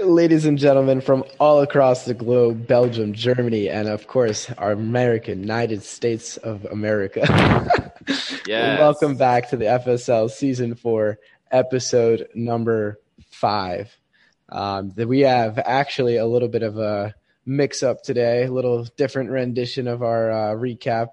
Ladies and gentlemen from all across the globe, Belgium, Germany, and of course, our America, United States of America. Yes. Welcome back to the FSL Season 4, episode number 5. Um, that we have actually a little bit of a mix up today, a little different rendition of our uh, recap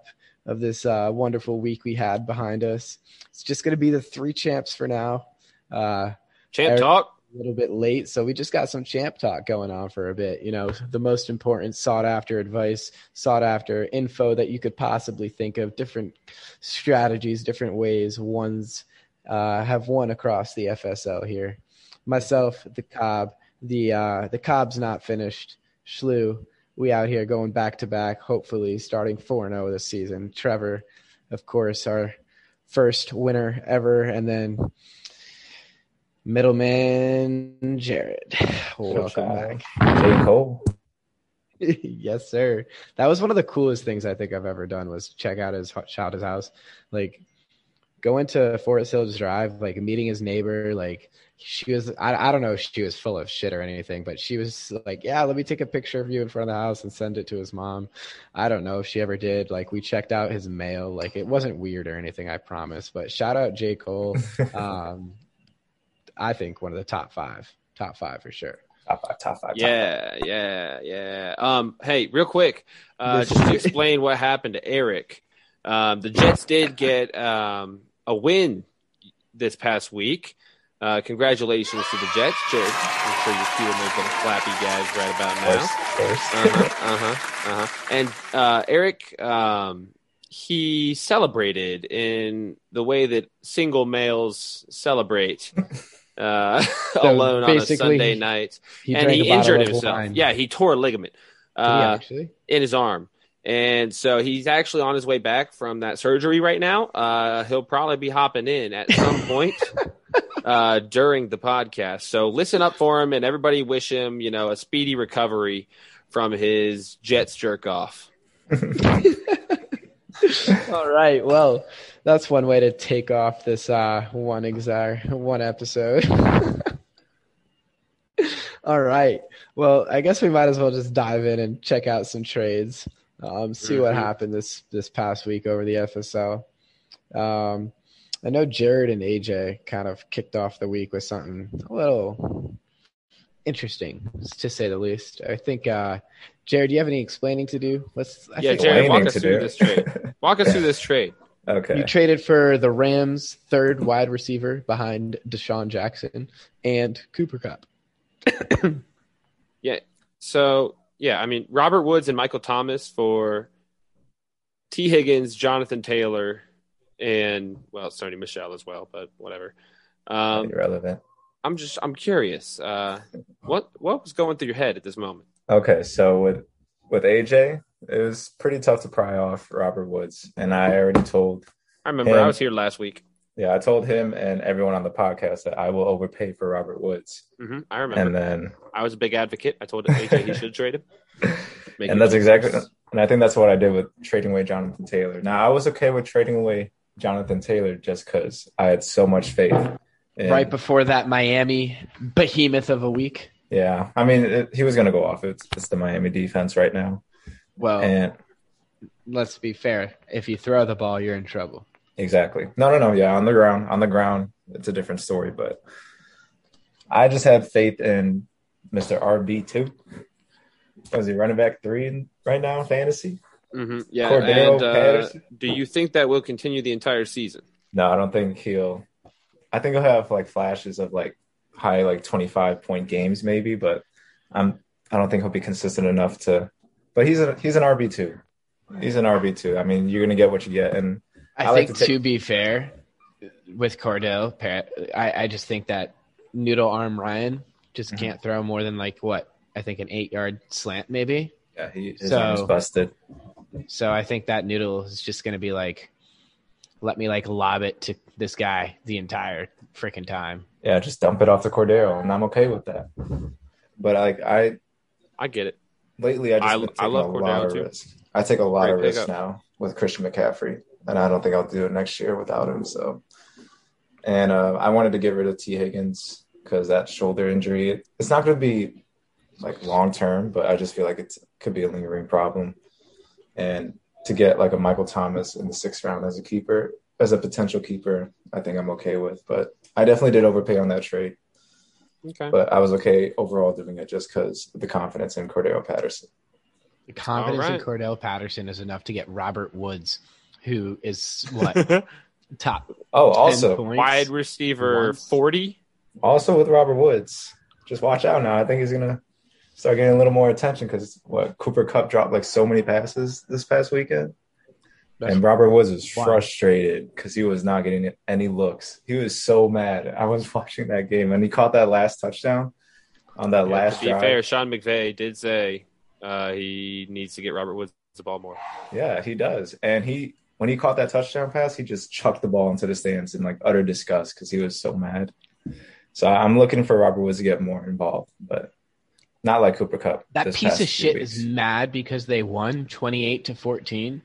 of this uh, wonderful week we had behind us. It's just going to be the three champs for now. Uh, Champ Eric- talk. a little bit late, so we just got some champ talk going on for a bit. You know, the most important, sought after advice, sought after info that you could possibly think of, different strategies, different ways ones uh, have won across the FSL here. Myself, the Cobb, the uh, the Cobb's not finished. Schlew, we out here going back to back. Hopefully, starting four zero this season. Trevor, of course, our first winner ever, and then middleman Jared. Welcome back. Uh, J. Cole. yes, sir. That was one of the coolest things I think I've ever done was check out his shout his house, like go into Forest Hills Drive, like meeting his neighbor. Like she was, I, I don't know if she was full of shit or anything, but she was like, yeah, let me take a picture of you in front of the house and send it to his mom. I don't know if she ever did. Like we checked out his mail. Like it wasn't weird or anything, I promise. But shout out J Cole. uh, um, I think one of the top five, top five for sure. Top five, top five. Yeah, yeah, yeah. Um, hey, real quick, uh, This- just to explain what happened to Eric. Um, the Jets did get um, a win this past week. Uh, congratulations to the Jets, Jared. I'm sure you're cute and those little flappy guys right about Top now. five. First, first. Uh-huh, uh-huh, uh-huh. And uh, Eric, um, he celebrated in the way that single males celebrate uh, alone on a basically, Sunday night. He and drank a he bottle injured of himself. wine. Yeah, he tore a ligament Did he uh, actually. in his arm. And so he's actually on his way back from that surgery right now. Uh, he'll probably be hopping in at some point uh, during the podcast. So listen up for him, and everybody wish him, you know, a speedy recovery from his Jets jerk off. All right. Well, that's one way to take off this uh, one exar one episode. All right. Well, I guess we might as well just dive in and check out some trades. Um, see what Mhm. happened this this past week over the FSL. Um, I know Jared and AJ kind of kicked off the week with something a little interesting, to say the least. I think uh, Jared, do you have any explaining to do? Let's. I Yeah, think Jared, walk Explaining us to through do. this trade. Walk us through this trade. You okay. traded for the Rams' third wide receiver behind Deshaun Jackson and Cooper Cup. So yeah, I mean Robert Woods and Michael Thomas for T. Higgins, Jonathan Taylor, and well, Sony Michelle as well, but whatever. Um, Irrelevant. I'm just I'm curious. Uh, what what was going through your head at this moment? Okay, so with with AJ, it was pretty tough to pry off Robert Woods, and I already told I remember I Um, was here last week. yeah, I told him and everyone on the podcast that I will overpay for Robert Woods, hmm I remember. and then I was a big advocate. I told AJ he should trade him. Make and it that's make exactly sense. and I think that's what I did with trading away Jonathan Taylor. Now I was okay with trading away Jonathan Taylor just because I had so much faith. in- Right before that Miami behemoth of a week. yeah, I mean it, he was going to go off. It's, it's the Miami defense right now, Oh. Well, and let's be fair. If you throw the ball, you're in trouble. Exactly. No, no, no. Yeah, on the ground, on the ground, it's a different story. But I just have faith in Mr. RB two. Was he running back three in, right now in fantasy? Mhm, Yeah. Cordero and uh, Patterson. do you think that will continue the entire season? No, I don't think he'll. I think he'll have like flashes of like high like twenty five point games maybe, but I'm I don't think he'll be consistent enough to. But he's a he's an RB two. He's an RB two. I mean, you're gonna get what you get, and I, I like think to to, take- be fair, with Cordell, Par- I, I just think that noodle arm Ryan just Mhm. can't throw more than like what I think an eight yard slant maybe. yeah, he, his So- arm's busted. So I think that noodle is just going to be like, let me like lob it to this guy the entire freaking time. yeah, just dump it off to Cordero, and I'm okay with that. But like I I get it. lately, I just I- been I taking love a Cordero, lot of too. risks. I take a lot Great of risks pickup. now with Christian McCaffrey, and I don't think I'll do it next year without him. So, and uh, I wanted to get rid of T. Higgins because that shoulder injury, it's not going to be like long term, but I just feel like it could be a lingering problem. And to get like a Michael Thomas in the sixth round as a keeper, as a potential keeper, I think I'm okay with. But I definitely did overpay on that trade, Okay. but I was okay overall doing it just because the confidence in Cordero Patterson. The confidence All right. in Cordell Patterson is enough to get Robert Woods, who is what top Oh, 10 also, points? Wide receiver Once. 40. also with Robert Woods, just watch out now. I think he's gonna start getting a little more attention because what Cooper Cup dropped like so many passes this past weekend, That's- and Robert Woods was Why? frustrated because he was not getting any looks. He was so mad. I was watching that game, and he caught that last touchdown on that Yeah, last to be drive. fair, Sean McVay did say uh, he needs to get Robert Woods the ball more. Yeah, he does. And he when he caught that touchdown pass, he just chucked the ball into the stands in like utter disgust because he was so mad. So I'm looking for Robert Woods to get more involved, but not like Cooper Cup. That this piece past of few shit weeks. is mad because they won 28 to 14.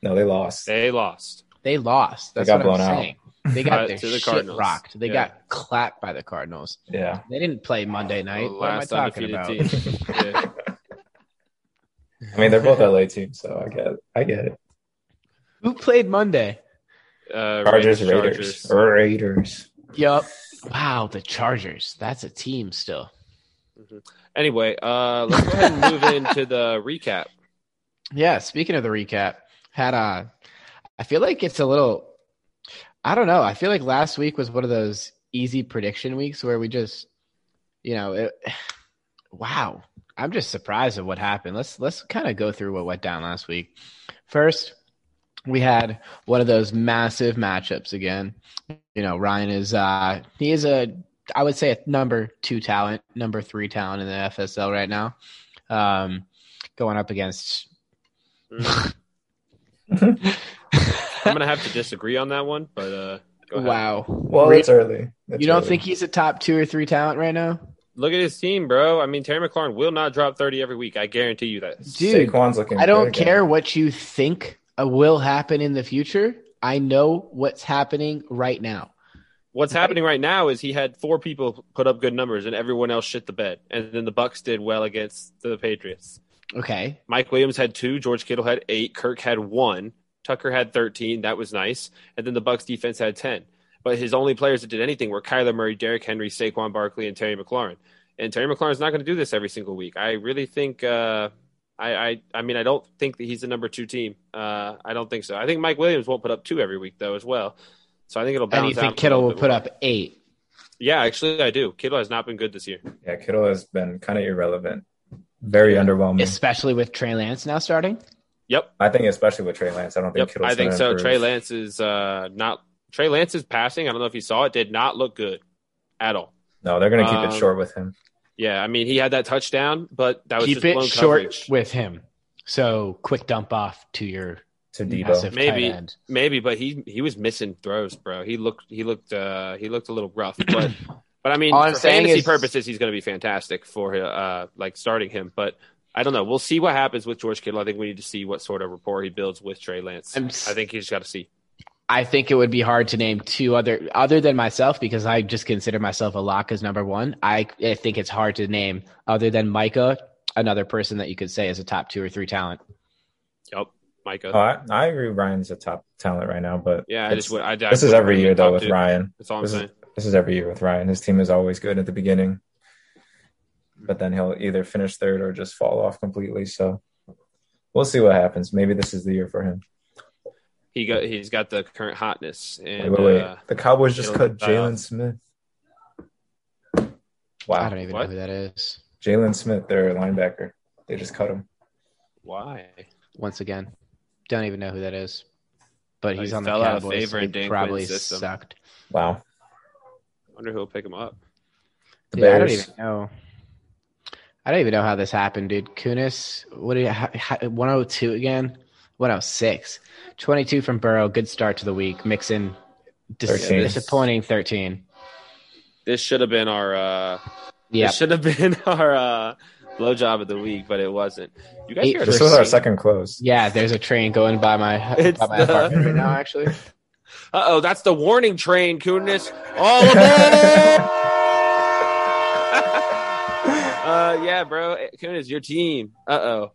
no, they lost. They lost. They lost. They That's got what blown I'm out. saying. They got Uh, their to the shit Cardinals. rocked. They Yeah. got clapped by the Cardinals. Yeah, They didn't play Monday night. What am I Oh, last talking about? undefeated team. Yeah. I mean they're both LA teams, so I get it. I get it. Who played Monday? Uh, Chargers, Raiders, Raiders, Chargers. Raiders. Yup. Wow, the Chargers. That's a team still. Anyway, uh, let's go ahead and move into the recap. Yeah, speaking of the recap, had uh I feel like it's a little I don't know. I feel like last week was one of those easy prediction weeks where we just you know, it, wow. I'm just surprised at what happened. Let's let's kind of go through what went down last week. First, we had one of those massive matchups again. You know, Ryan is uh he is a I would say a number 2 talent, number 3 talent in the FSL right now. Um going up against Mm. I'm gonna have to disagree on that one, but uh, go ahead. Wow. Well, Really? it's early. It's you don't early. think he's a top two or three talent right now? Look at his team, bro. I mean, Terry McLaurin will not drop 30 every week. I guarantee you that. Dude, Saquon's looking I don't good again. care what you think uh, will happen in the future. I know what's happening right now. What's happening right now is he had four people put up good numbers, and everyone else shit the bed. And then the Bucks did well against the Patriots. Okay. Mike Williams had two, George Kittle had eight, Kirk had one, Tucker had thirteen. That was nice. And then the Bucks defense had ten. But his only players that did anything were Kyler Murray, Derrick Henry, Saquon Barkley, and Terry McLaurin. And Terry McLaurin's not going to do this every single week. I really think. Uh, I, I I mean I don't think that he's the number two team. Uh, I don't think so. I think Mike Williams won't put up two every week though as well. So I think it'll And balance you out. think a Kittle little will bit put more. up eight? Yeah, actually I do. Kittle has not been good this year. Yeah, Kittle has been kind of irrelevant, very underwhelming. Especially with Trey Lance now starting. Yep. I think especially with Trey Lance. I don't think Yep, Kittle's I think gonna so. improve. Trey Lance is uh, not Trey Lance's passing. I don't know if you saw it. Did not look good at all. No, they're going to keep Um, it short with him. Yeah, I mean he had that touchdown, but that was Keep just it blown short coverage. with him. So quick dump off to your Mm, to Debo. massive Maybe. tight end. Maybe, but he he was missing throws, bro. He looked he looked uh, he looked a little rough, but but I mean All I'm for saying fantasy is- purposes he's going to be fantastic for uh, like starting him, but. I don't know. We'll see what happens with George Kittle. I think we need to see what sort of rapport he builds with Trey Lance. I'm i s- think he's got to see. I think it would be hard to name two other other than myself because I just consider myself a lock as number one. I, I think it's hard to name other than Micah another person that you could say is a top two or three talent. Yep, Micah. Oh, I, I agree. Ryan's a top talent right now, but yeah, I it's- just would. I, I this is wouldn't every really year though talk with to- Ryan. That's all I'm This is- saying. This is every year with Ryan. His team is always good at the beginning, but then he'll either finish third or just fall off completely. So we'll see what happens. Maybe this is the year for him. he got he's got the current hotness and wait, wait, wait. Uh, the Cowboys just it'll- cut Jalen Smith. I Wow, don't even What? know who that is. Jalen Smith, their linebacker, they just cut him. why Once again, don't even know who that is. But Well, he's Oh, he on the fell out of Cowboys, favor so in he Dan probably Quinn's system. sucked. Wow, wonder who'll pick him up the Dude, I don't Bears. even know. I don't even know how this happened, dude. Kunis, what do you, ha- ha- 102 again? 106. 22 from Burrow. Good start to the week. Mixon, dis- 13. disappointing 13. this should have been our uh Yeah. this should have been our uh blowjob of the week, but it wasn't. You guys Eight hear a for This was our train? second close. Yeah, there's a train going by my It's by my the- apartment right now. Actually, Uh oh, that's the warning train, Kunis. All aboard! uh, yeah, bro. Kunis, your team. Uh oh.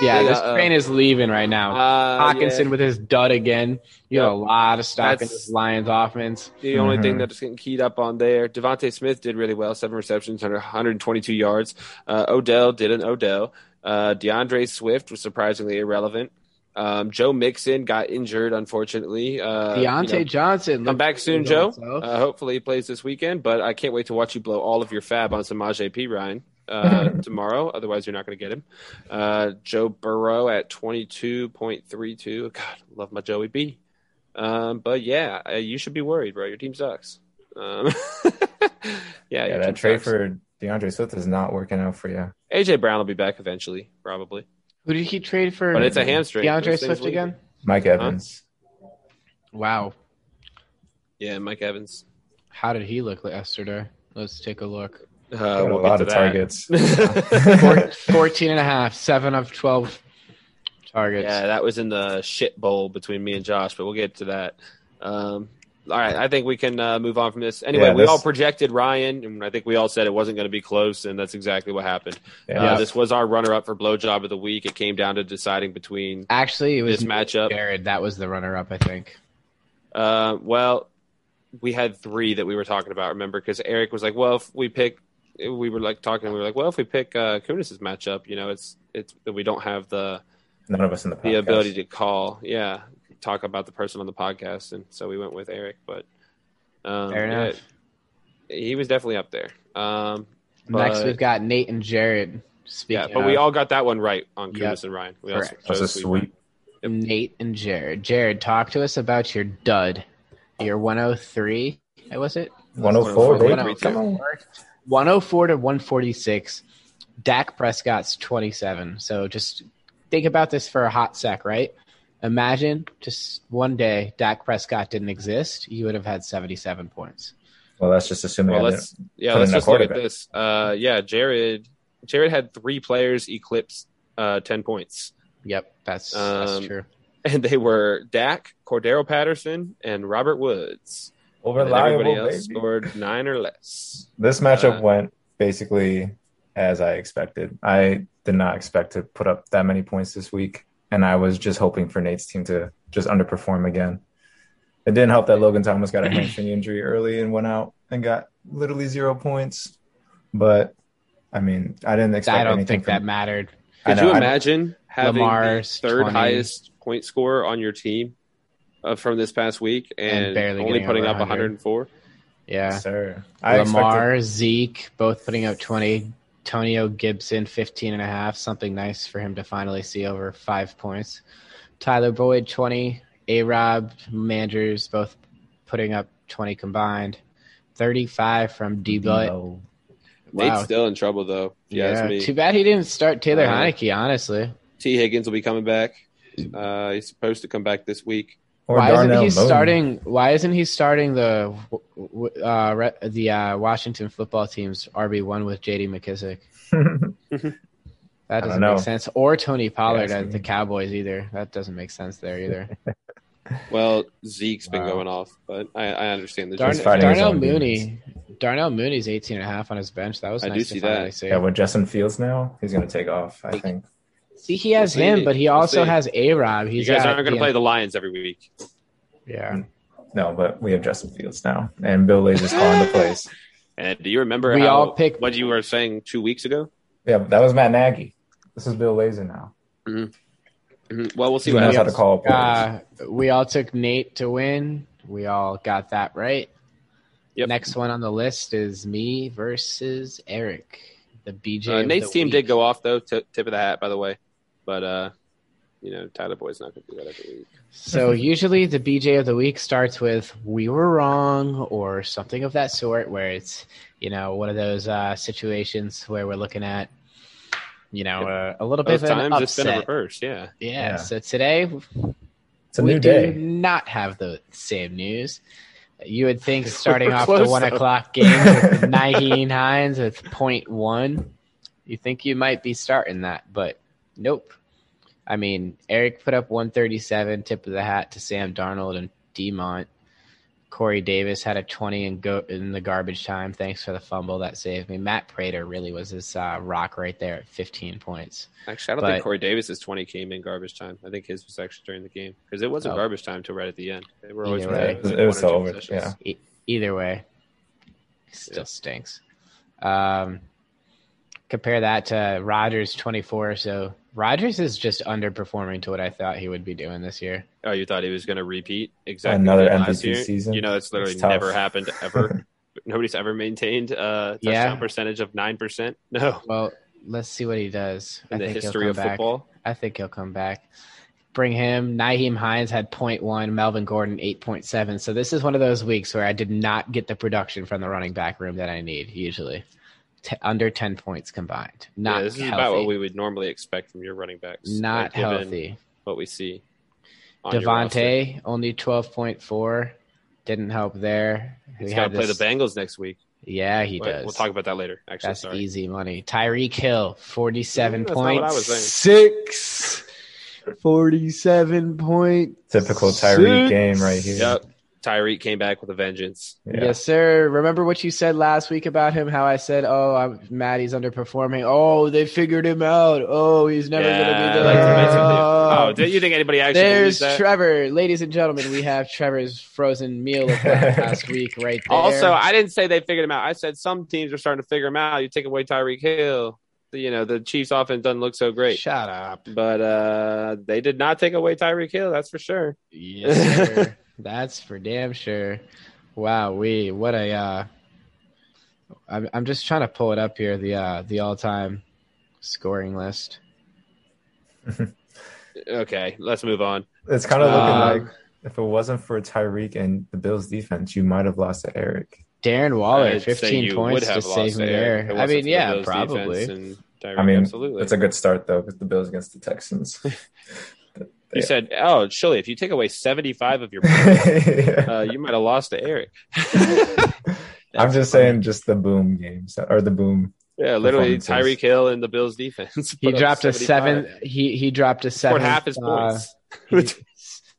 yeah, this Uh-oh. train is leaving right now. Uh, Hawkinson with his dud again. You Yep. have a lot of stock in That's- this Lions offense. yeah, the only thing Mhm. that's getting keyed up on there. Devontae Smith did really well, seven receptions, 100 122 yards. Uh, Odell did an Odell. Uh, DeAndre Swift was surprisingly irrelevant. Um, Joe Mixon got injured, unfortunately. Uh, you Deontay know, Johnson, Come looked back pretty soon, good Joe. himself. Uh, hopefully he plays this weekend, but I can't wait to watch you blow all of your fab on Samaje P. Ryan uh, tomorrow. Otherwise, you're not going to get him. Uh, Joe Burrow at 22.32. God, love my Joey B. Um, but yeah, uh, you should be worried, bro. Your team sucks. Um, yeah, Yeah, your team that trade sucks. for DeAndre Swift is not working out for you. AJ Brown will be back eventually, probably. Who did he trade for? But it's a hamstring. Hmm. DeAndre Those things Swift leave. again. Mike Evans. Wow, Yeah, Mike Evans. how did he look yesterday? Let's take a look. Uh, Got we'll a get lot to of that. targets. Four, 14 and a half, 7 of 12 targets. Yeah, that was in the shit bowl between me and Josh, but we'll get to that. Um, all right, I think we can uh, move on from this. Anyway, Yeah, we this- all projected Ryan, and I think we all said it wasn't going to be close, and that's exactly what happened. Yeah. Uh, this was our runner-up for blowjob of the week. It came down to deciding between Actually, it was this matchup. Jared. That was the runner up, I think. Uh, well, we had three that we were talking about. Remember, because Eric was like, "Well, if we pick," we were like talking, and we were like, "Well, if we pick uh, Kunis's matchup, you know, it's it's we don't have the." None of us in the podcast. the ability to call, yeah, talk about the person on the podcast, and so we went with Eric. But um, Fair enough. yeah, he was definitely up there. Um, Next, but- we've got Nate and Jared. yeah, Speaking but we of all got that one right on Kunis Yep. and Ryan. We all Correct. chose That's a sweep. sweep. Nate and Jared. Jared, talk to us about your dud. Your 103, what was it? 104, 104, baby. baby. Come on. 104 to 146. Dak Prescott's 27. So just think about this for a hot sec, right? Imagine just one day Dak Prescott didn't exist. You would have had 77 points. Well, that's just assuming. Well, I let's yeah, Put let's in a just look at quarterback. this. Uh, yeah, Jared. Jared had three players eclipse uh, ten points, Yep, that's, Um, that's true. and they were Dak, Cordero Patterson, and Robert Woods. didn't- Well, And everybody reliable, else baby. scored nine or less. This matchup Uh, went basically as I expected. I did not expect to put up that many points this week, and I was just hoping for Nate's team to just underperform again. It didn't help that Logan Thomas got a hamstring injury early and went out and got literally zero points. But I mean, I didn't expect I don't anything think that from- mattered. I Could know, you I- imagine having Lamar's the third 20. highest point scorer on your team uh, from this past week and, And barely only getting putting over up 100? 104? Yeah. Sir, I expected Lamar, Zeke, both putting up 20. Antonio Gibson, 15 and a half. Something nice for him to finally see over five points. Tyler Boyd, 20. A Rob, Manders, both putting up 20 combined. 35 from D Butt. no. Nate's still in trouble though. Yeah, it's me. Too bad he didn't start Taylor Uh, Heineke, honestly. T. Higgins will be coming back. Mm. Uh, he's supposed to come back this week. Or why isn't Darnell he Mooney. starting? Why isn't he starting the w- w- uh, re- the uh, Washington football team's RB one with J.D. McKissick? That don't doesn't know. make sense. Or Tony Pollard Yeah, at the see. Cowboys either. That doesn't make sense there either. Well, Zeke's been Wow. going off, but I, I understand the Darn, He's fighting his Darnell own Mooney. Darnell Mooney's 18 and a half on his bench. That was I nice do to see finally that. see. yeah, with Justin Fields now, he's going to take off, I think. see, he has We'll see. him, but he We'll also see. has A Rob. He's you guys got aren't going to the- play the Lions every week. Yeah. No, but we have Justin Fields now, and Bill Lazor's calling the plays. And do you remember We how, all pick- what you were saying two weeks ago? Yeah, but that was Matt Nagy. This is Bill Lazor now. Mhm. Well, we'll see He what knows else. how happens. to call plays. Uh, we all took Nate to win. We all got that right. Yep. Next one on the list is me versus Eric. The BJ. Uh, of Nate's the team week. did go off though. T- tip of the hat, by the way. But uh, you know, Tyler Boyd's not going to do that every week. So usually the BJ of the week starts with "We were wrong" or something of that sort, where it's you know one of those uh, situations where we're looking at you know uh, a little bit Both of an times it's been a upset. reverse. Yeah. Yeah, Yeah. So today It's a we new do day. not have the same news. You would think starting We're off close, the one though. o'clock game, with Naheem Hines with point one, You think you might be starting that, but nope. I mean, Eric put up 137, tip of the hat to Sam Darnold and Demont. Corey Davis had a 20 and go in the garbage time. Thanks for the fumble that saved me. Matt Prater really was his uh, rock right there at 15 points. Actually, I don't But- think Corey Davis's 20 came in garbage time. I think his was actually during the game because it wasn't Oh. garbage time till right at the end. They were always Either right. way. It was, like It was one or two over, possessions. yeah. E- either way, still Yeah. stinks. Um, compare that to Rogers 24. So Rogers is just underperforming to what I thought he would be doing this year. Oh, you thought he was going to repeat exactly Another what last MVP year? season? You know, that's literally It's tough. never happened ever. Nobody's ever maintained a touchdown Yeah. percentage of nine percent. No, Well, let's see what he does. in I the think he'll history come of back. football. I think he'll come back. Bring him. Naheem Hines had 0.1, Melvin Gordon 8.7. So this is one of those weeks where I did not get the production from the running back room that I need usually. T- under 10 points combined. Not yeah, this is healthy. about what we would normally expect from your running backs. not like, given healthy. What we see. on your roster. Devontae only 12.4. Didn't help there. We he's got had to play this- the Bengals next week. Yeah, he But does. We'll talk about that later. Actually, That's sorry. easy money. Tyreek Hill, forty-seven Mm, that's not what I points. was Six. Forty-seven points. Typical Tyreek game right here. Yep. Tyreek came back with a vengeance. Yeah. Yes, sir. Remember what you said last week about him? How I said, "Oh, I'm, Maddie's underperforming. Oh, they figured him out. Oh, he's never going to be like to there. mention the- Oh, oh, do you think anybody actually There's believes that? Trevor, ladies and gentlemen. We have Trevor's frozen meal of last week right there. Also, I didn't say they figured him out. I said some teams are starting to figure him out. You take away Tyreek Hill, you know the Chiefs' offense doesn't look so great. shut up. But uh, they did not take away Tyreek Hill. That's for sure. Yes, sir. That's for damn sure. Wow, we what a. Uh, I'm I'm just trying to pull it up here the uh, the all time scoring list. Okay, let's move on. It's kind of looking Um, like if it wasn't for Tyreek and the Bills defense, you might have lost to Eric. Darren Waller, I'd say 15 you points would to have save lost me Eric if there. it I wasn't mean, for the yeah, Bills defense probably. and Tyreek, I mean, absolutely. It's a good start though, because the Bills against the Texans. you yeah. said, "Oh, surely if you take away seventy-five of your, Yeah. uh, you might have lost to Eric." I'm just funny. saying, just the boom games or the boom. Yeah, literally Performances. Tyreek Hill and the Bills defense. He put up dropped a 75. seven. He he dropped a Scored seven. uh, half his points.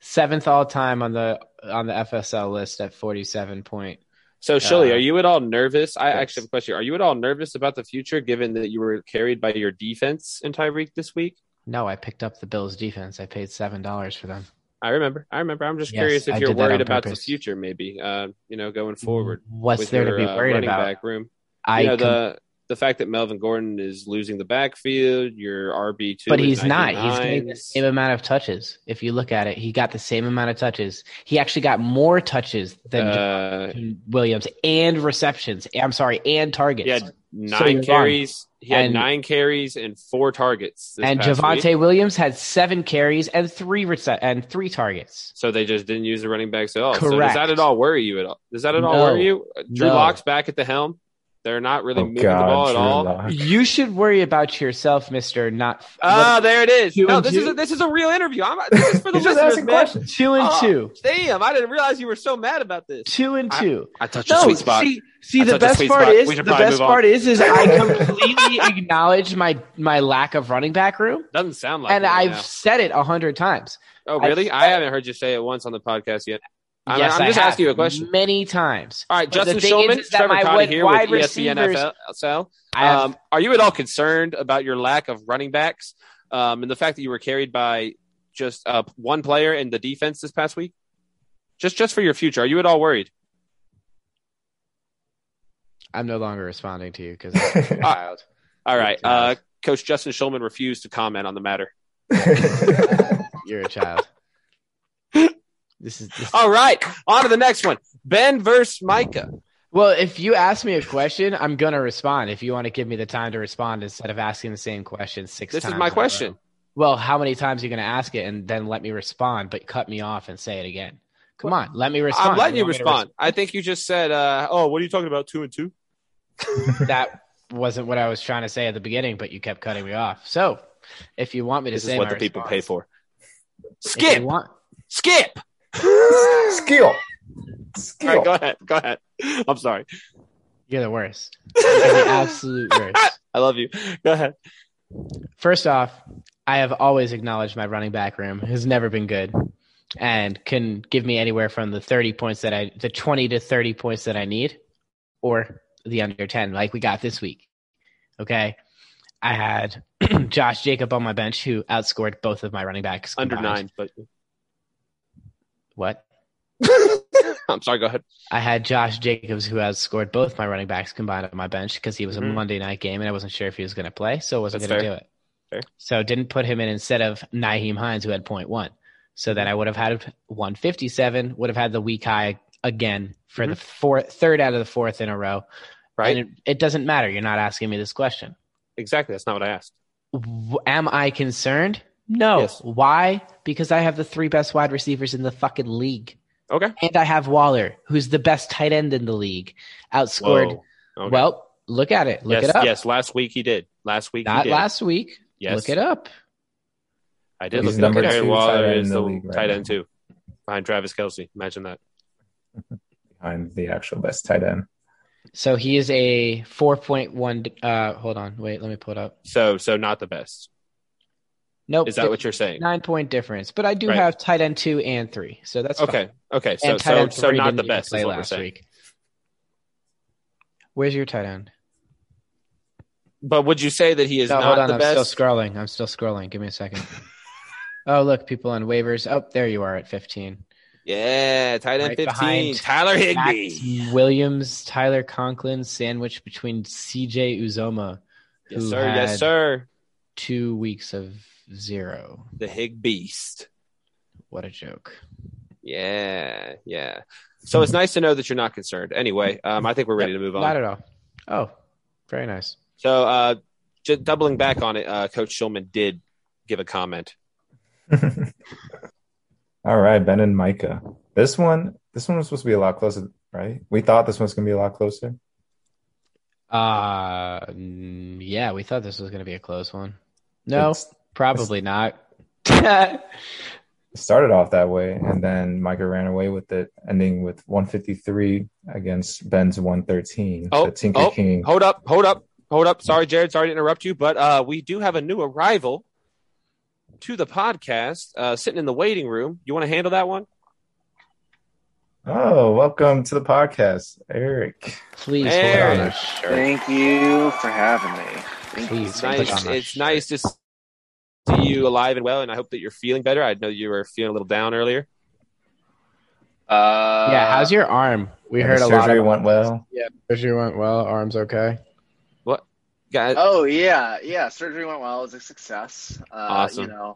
seventh all time on the on the FSL list at 47 point. So Shirley, Uh, are you at all nervous? I yes. actually have a question. Are you at all nervous about the future, given that you were carried by your defense in Tyreek this week? No, I picked up the Bills defense. I paid seven dollars for them. I remember. I remember. I'm just Yes, curious if I you're did that worried on about the purpose. future, maybe. Uh, you know, going forward. What's with there your, to be uh, worried running about? Back room. I you know com- the the fact that Melvin Gordon is losing the backfield. Your RB two, but he's not. He's getting the same amount of touches. If you look at it, he got the same amount of touches. He actually got more touches than uh, Jonathan Williams and receptions. eh, I'm sorry, and targets. he had So you're nine wrong. carries. He had And- nine carries and four targets. This and past week. Javante Williams had seven carries and three rece- and three targets. So they just didn't use the running backs at all. So does Correct. that at all worry you at all? Does that at all No. worry you? Drew No. Locke's back at the helm. They're not really oh moving the ball God, at Drew all. Lock. You should worry about yourself, Mister. Not Ah, there it is. Two No, and this two? is a, this is a real interview. I'm this is for the He's just listeners, asking man. questions. two and Oh. two, Damn, I didn't realize you were so mad about this. two and two. I touched No, see, see, I the thought the best sweet part spot- is we the should probably best move on. part is is I completely acknowledge my my lack of running back room, Doesn't sound like. and it right I've now. said it a hundred times. Oh, I've really? I, haven't heard you say it once on the podcast yet. I'm, yes, I'm I just have asking you a question. many times. All right, But the Justin thing is, Shulman, is that Trevor my Cotty wide- here with E wide ESPN receivers- FSL. I have um, are you at all concerned about your lack of running backs um, and the fact that you were carried by just uh, one player in the defense this past week? Just, just for your future, are you at all worried? I'm no longer responding to you because wild. Uh, All right, Good uh, job. Coach Justin Shulman refused to comment on the matter. you're a child. this is this- All right, on to the next one: Ben versus Micah. well. If you ask me a question, I'm gonna respond. If you want to give me the time to respond instead of asking the same question six. This is times my in a row. question. Well, how many times are you gonna ask it and then let me respond, but cut me off and say it again? Come on, let me respond. I'm letting you want me to respond. I think you just said, uh, "Oh, what are you talking about? Two and two? res- that wasn't what I was trying to say at the beginning, but you kept cutting me off. So, if you want me to This say is what my the people response- pay for." if you Skip, want- skip. Skill. All right, Skill. go ahead. Go ahead. I'm sorry. You're the worst. You're the absolute worst. I love you. Go ahead. First off, I have always acknowledged my running back room has never been good and can give me anywhere from the 30 points that I, the 20 to 30 points that I need or the under 10, like we got this week. Okay. I had Josh Jacob on my bench who outscored both of my running backs. Under combined. nine, but What? I'm sorry. Go ahead. I had Josh Jacobs who outscored both my running backs combined on my bench because he was a Mhm. Monday night game and I wasn't sure if he was going to play, so I wasn't That's going to fair. do it. Fair. So didn't put him in instead of Naheem Hines who had point one. So then I would have had 157, would have had the week high again for the fourth, third out of the fourth in a row. Mm-hmm. Right. And it, it doesn't matter. You're not asking me this question. Exactly. That's not what I asked. W- Am I concerned? No. Yes. Why? Because I have the three best wide receivers in the fucking league. Okay. And I have Waller, who's the best tight end in the league, outscored. Whoa. Okay. Well, look at it. Look yes, it up. Yes. Last week he did. Last week. Not he did. last week. Yes. Look it up. I did look He's it number up. Aaron two tight Waller end is in the the league right tight now. end too, behind Travis Kelsey. Imagine that. behind the actual best tight end. So he is a 4.1. Uh, hold on. Wait, let me pull it up. So, so not the best. Nope. Is that what you're saying? Nine point difference. But I do Right. have tight end two and three. So that's fine. Okay. Okay. So, And tight so, end so three not didn't the even best play is what we're last saying. week. Where's your tight end? But would you say that he is No, not hold on. the I'm best? still scrolling. I'm still scrolling. Give me a second. oh, look, people on waivers. Oh, there you are at 15. Yeah, tight end Right 15. behind Tyler Higby. Dax Williams, Tyler Conklin, sandwiched between CJ Uzoma, Yes, who sir. had- Yes, sir. two weeks of zero. The Hig Beast. What a joke. Yeah, yeah. So it's nice to know that you're not concerned. Anyway, um, I think we're ready to move Hmm. Not on. at all. Oh, very nice. So, uh, j- doubling back on it, uh, Coach Shulman did give a comment. All right, Ben and Micah. This one, this one was supposed to be a lot closer, right? We thought this one's gonna be a lot closer. Uh, mm, yeah, we thought this was going to be a close one. No, It's- probably not. That's it started off that way, and then Micah ran away with it, ending with 153 against Ben's 113. Oh, the Tinker oh, King. Hold up, hold up, hold up. Sorry, Jared. Sorry to interrupt you, but uh, we do have a new arrival to the podcast uh, sitting in the waiting room. You want to handle that one? Oh, welcome to the podcast, Eric. Please There hold on. it a shirt. Thank you for having me. Thank you. Please It's put nice. on a It's shirt. nice to see you alive and well, and I hope that you're feeling better. I know you were feeling a little down earlier. Uh, Yeah, how's your arm? We And heard the a lot. surgery Of, went well. surgery went well. Arms okay. Guys, Oh yeah, yeah. Surgery went well. It was a success. Uh, Awesome. You know,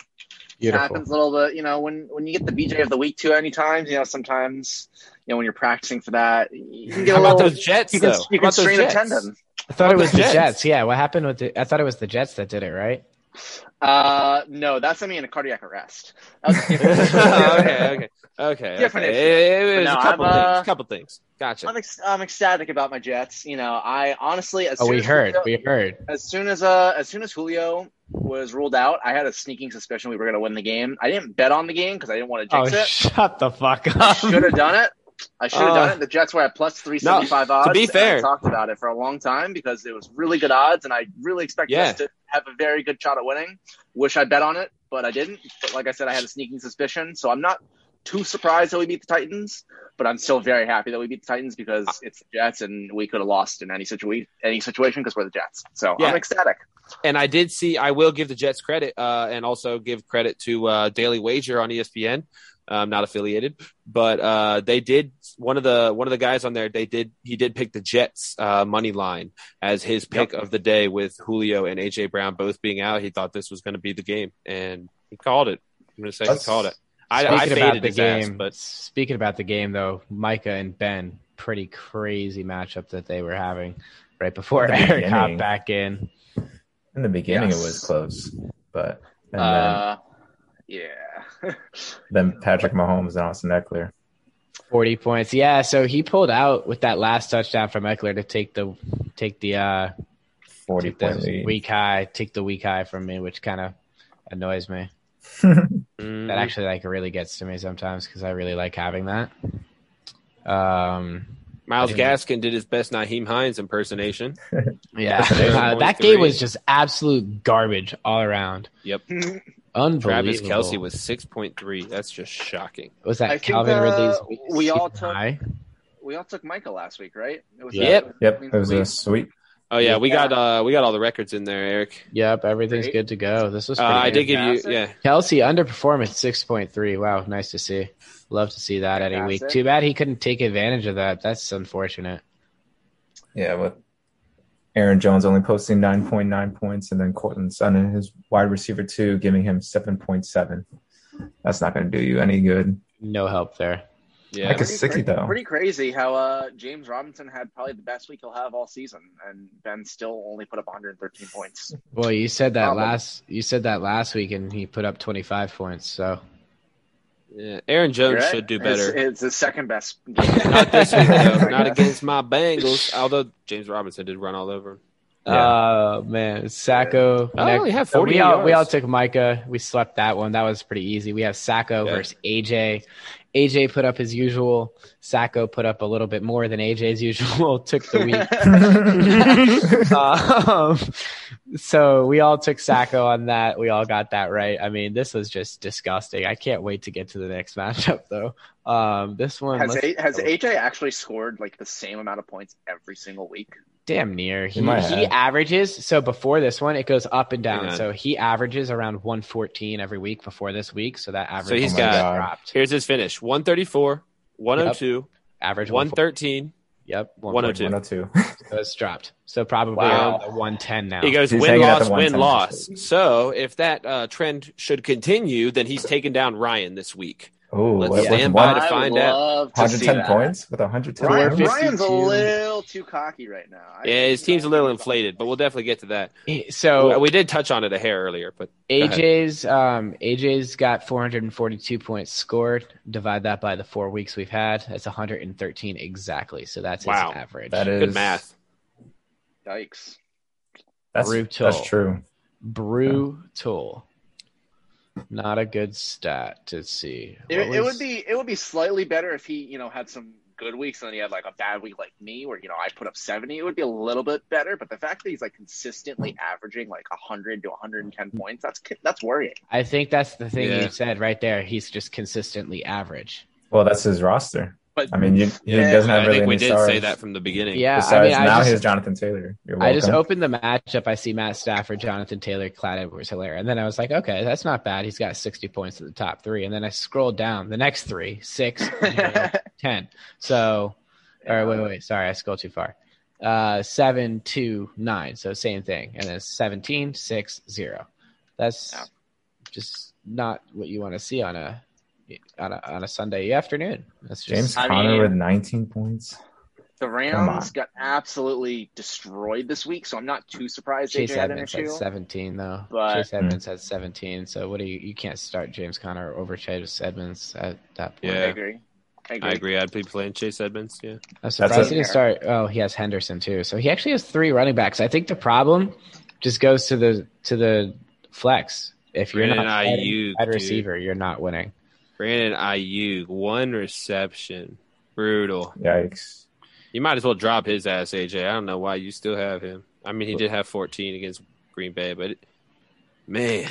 Beautiful. happens a little bit. You know, when when you get the BJ of the week too, any times, you know, sometimes, you know, when you're practicing for that, you can get how a about little. those Jets? Oh, you can, though? you How can about those strain a Jets? tendon. I thought it was the Jets. Jets. Yeah, what happened with the? I thought it was the Jets that did it, right? Uh, no, that's something in a cardiac arrest. That was Oh, okay, okay, okay. Different okay. issue. It, it was But no, a couple I'm, uh, things. Couple things. Gotcha. I'm, ec- I'm ecstatic about my Jets. You know, I honestly, as Oh, soon we as heard. Julio- We heard. as soon as uh, as soon as Julio was ruled out, I had a sneaking suspicion we were going to win the game. I didn't bet on the game because I didn't want to Oh, jinx it. shut the fuck I up. should have done it. I should have Uh, done it. The Jets were at plus three seventy five odds. to be and fair. I talked about it for a long time because it was really good odds, and I really expected Yeah. us to have a very good shot at winning. Wish I bet on it, but I didn't. But like I said, I had a sneaking suspicion, so I'm not too surprised that we beat the Titans. But I'm still very happy that we beat the Titans because Uh, it's the Jets, and we could have lost in any situation, any situation because we're the Jets. So Yeah. I'm ecstatic. and I did see. I will give the Jets credit, uh, and also give credit to uh, Daily Wager on ESPN. Um, not affiliated, but uh, they did one of the one of the guys on there. They did he did pick the Jets uh, money line as his pick of the day with Julio and AJ Brown both being out. He thought this was going to be the game, and he called it. I'm going to say he That's- called it. I, I Speaking about faded the his ass, game, but speaking about the game though, Micah and Ben, pretty crazy matchup that they were having right before At the Eric hopped beginning. back in. In the beginning, Yes. it was close, but and Uh, yeah. then, then Patrick Mahomes and Austin Eckler. Forty points, yeah. So he pulled out with that last touchdown from Eckler to take the take the uh 40 take the point lead. week high, take the week high from me, which kind of annoys me. mm, That actually like really gets to me sometimes because I really like having that. Um, Miles I didn't- Gaskin did his best Naheem Hines impersonation. Yeah, uh, that 0.3. game was just absolute garbage all around. Yep. Unbelievable. Travis Kelsey was six point three. That's just shocking. was I that think, Calvin uh, Ridley's. we all season took- high? we all took Micah last week, right? It was Yep. Yep, it was a sweep. Oh yeah, we Yeah. got uh we got all the records in there, Eric. Yep, everything's Great. good to go. This was. Uh, pretty I good. did give you Fantastic. yeah. Kelsey underperformance six point three. Wow, nice to see. Love to see that any week. Fantastic. Too bad he couldn't take advantage of that. That's unfortunate. Yeah, with Aaron Jones only posting 9.9 points and then Cortland Sutton, his wide receiver two, giving him 7.7. That's not going to do you any good. No help there. Yeah. I could sick cra- it, though. Pretty crazy how uh, James Robinson had probably the best week he'll have all season, and Ben still only put up 113 points. Well, you said that Problem. last. You said that last week, and he put up twenty five points. So yeah. Aaron Jones Right? should do It's- better. It's, the second best. not this week though. Not Yeah. against my Bengals. Although James Robinson did run all over him. Oh man, Sacco. Oh, Nick- he had so 40 we all we all yards. took Micah. We slept that one. That was pretty easy. We have Sacco Yeah. versus AJ. AJ put up his usual. Sacco put up a little bit more than AJ's usual. took the week. um, so we all took Sacco on that. We all got that right. I mean, this was just disgusting. I can't wait to get to the next matchup though. Um, this one Has, let's- a, has AJ actually scored like the same amount of points every single week? Damn near. He, might he have. averages. So before this one, it goes up and down. Hang on. So he averages around 114 every week before this week. So that average So he's is got- dropped. Here's his finish: one thirty four, one hundred two, Average one 130. thirteen. Yep. 102. 102. So it's dropped. So probably Wow. around the 110 now. He goes He's win hanging at loss the one win time. loss. So if that uh, trend should continue, then he's taken down Ryan this week. Oh, Let's with stand one- by to find out. love to see 110 that. points with 110 Four Ryan, points. fifty. Ryan's a 52. little too cocky right now. I Yeah, his think team's a little he's- inflated, but we'll definitely get to that. So we did touch on it a hair earlier, but ahead. AJ's um AJ's got 442 points scored. Divide that by the four weeks we've had. That's 113 exactly. So that's Wow. his average. That is good math. Yikes. That's, Brutal. that's true. brutal. Not a good stat to see. It, What it was- would be it would be slightly better if he you know had some good weeks and then he had like a bad week like me where you know I put up seventy. It would be a little bit better, but the fact that he's like consistently averaging like hundred to one hundred and ten points that's that's worrying. I think that's the thing Yeah. you said right there. He's just consistently average. Well, that's his roster. But I mean, you, Yeah, he doesn't have I really think any we did stars. say that from the beginning. Yeah, I Besides, mean, I now just, here's Jonathan Taylor. You're I just welcome. opened the matchup. I see Matt Stafford, Jonathan Taylor, Clyde Edwards Hilaire. And then I was like, okay, that's not bad. He's got 60 points at the top three. And then I scrolled down the next three, six, zero, 10. So, all right, wait, wait, wait. Sorry, I scrolled too far. Uh, seven, two, nine. So same thing. And then 17, six, zero. That's Yeah. just not what you want to see on a, on a, on a Sunday afternoon. That's just, James I Conner mean- with 19 points. the Come Rams on. got absolutely destroyed this week, so I'm not too surprised Chase AJ had an Edmonds had issue. 17 though. But- Chase Edmonds had 17. So what do you you can't start James Conner over Chase Edmonds at that point. I Yeah. agree. I agree. I agree. I'd be playing Chase Edmonds. Yeah, I'm surprised a- he didn't start. Oh, he has Henderson too. So he actually has three running backs. I think the problem just goes to the to the flex. If you're Brandon not starting Ayuk, wide dude. receiver, you're not winning. Brandon Ayuk, one reception, brutal. Yikes. You might as well drop his ass, AJ. I don't know why you still have him. I mean, he did have 14 against Green Bay, but it, man,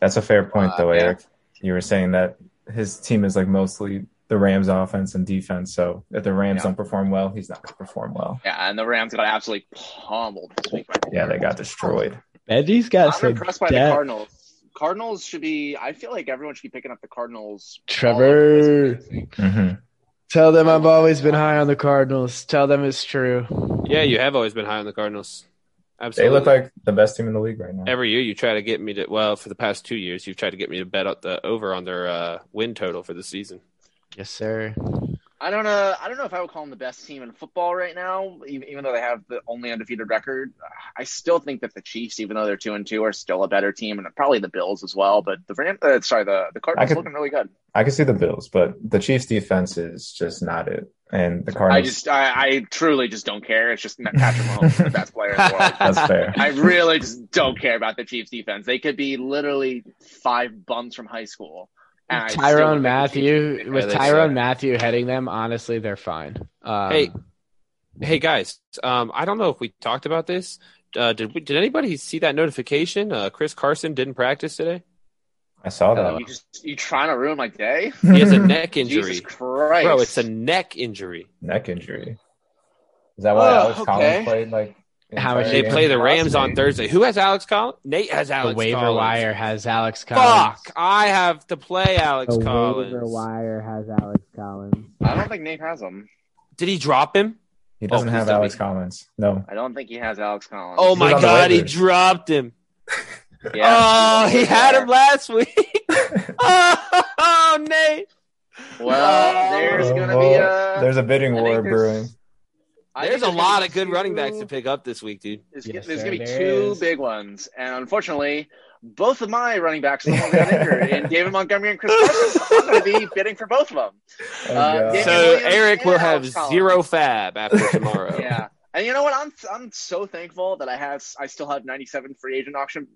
That's a fair point, Uh, though, yeah. Eric. You were saying that his team is like mostly the Rams' offense and defense. So if the Rams Yeah. don't perform well, he's not going to perform well. Yeah, and the Rams got absolutely pummeled this week. by the Yeah, they Rams. got destroyed. Benji's I'm got impressed by the Cardinals. Cardinals should be. I feel like everyone should be picking up the Cardinals. Trevor, hmm tell them I've always been high on the Cardinals. Tell them it's true. yeah, you have always been high on the Cardinals. They Absolutely. look like the best team in the league right now. every year you try to get me to. Well, for the past two years, you've tried to get me to bet up the over on their uh, win total for the season. Yes, sir. I don't know. I don't know if I would call them the best team in football right now, even, even though they have the only undefeated record. I still think that the Chiefs, even though they're two and two, are still a better team, and probably the Bills as well. But the Rams, uh, sorry, the the Cardinals I could- looking really good. I can see the Bills, but the Chiefs' defense is just not it. And the I Cardinals, just, I, I truly just don't care. It's just Patrick Mahomes is the best player in the world. that's fair. I really just don't care about the Chiefs defense. They could be literally five bums from high school. and I still think Tyrone the Chiefs Matthew defense- with they Tyrone suck. Matthew heading them, honestly, they're fine. Um, Hey, Hey guys, um, I don't know if we talked about this. Uh, did we, did anybody see that notification? Uh, Chris Carson didn't practice today. I saw that. Uh, you just you trying to ruin my day? He has a neck injury, Jesus Christ, bro. It's a neck injury. neck injury. Is that why Oh, Alex Collins okay. played like? the How entire much They Yeah. game? play the Rams on Possibly. Thursday. Who has Alex Collins? Nate has Alex. the waiver Collins. wire has Alex Collins. Fuck! I have to play Alex The waiver Collins. wire has Alex Collins. I don't think Nate has him. Did he drop him? He doesn't Oh, have please don't Alex be- Collins. No. I don't think he has Alex Collins. Oh He was my on the god, he waivers. dropped him. Yeah. oh, he had him last week. oh, Nate. Well, there's Oh, gonna be uh, a. There's a bidding I think war there's- brewing. I think There's a gonna lot be of good two- running backs to pick up this week, dude. There's, Yes, there's sir, gonna be there two is. big ones, and unfortunately, both of my running backs are the ones that got injured, and David Montgomery and Chris Carson. I'm gonna be bidding for both of them. Oh, Uh, God. Damian So Williams Eric will and have Alex Collins. zero fab after tomorrow. Yeah, and you know what? I'm I'm so thankful that I have I still have 97 free agent auction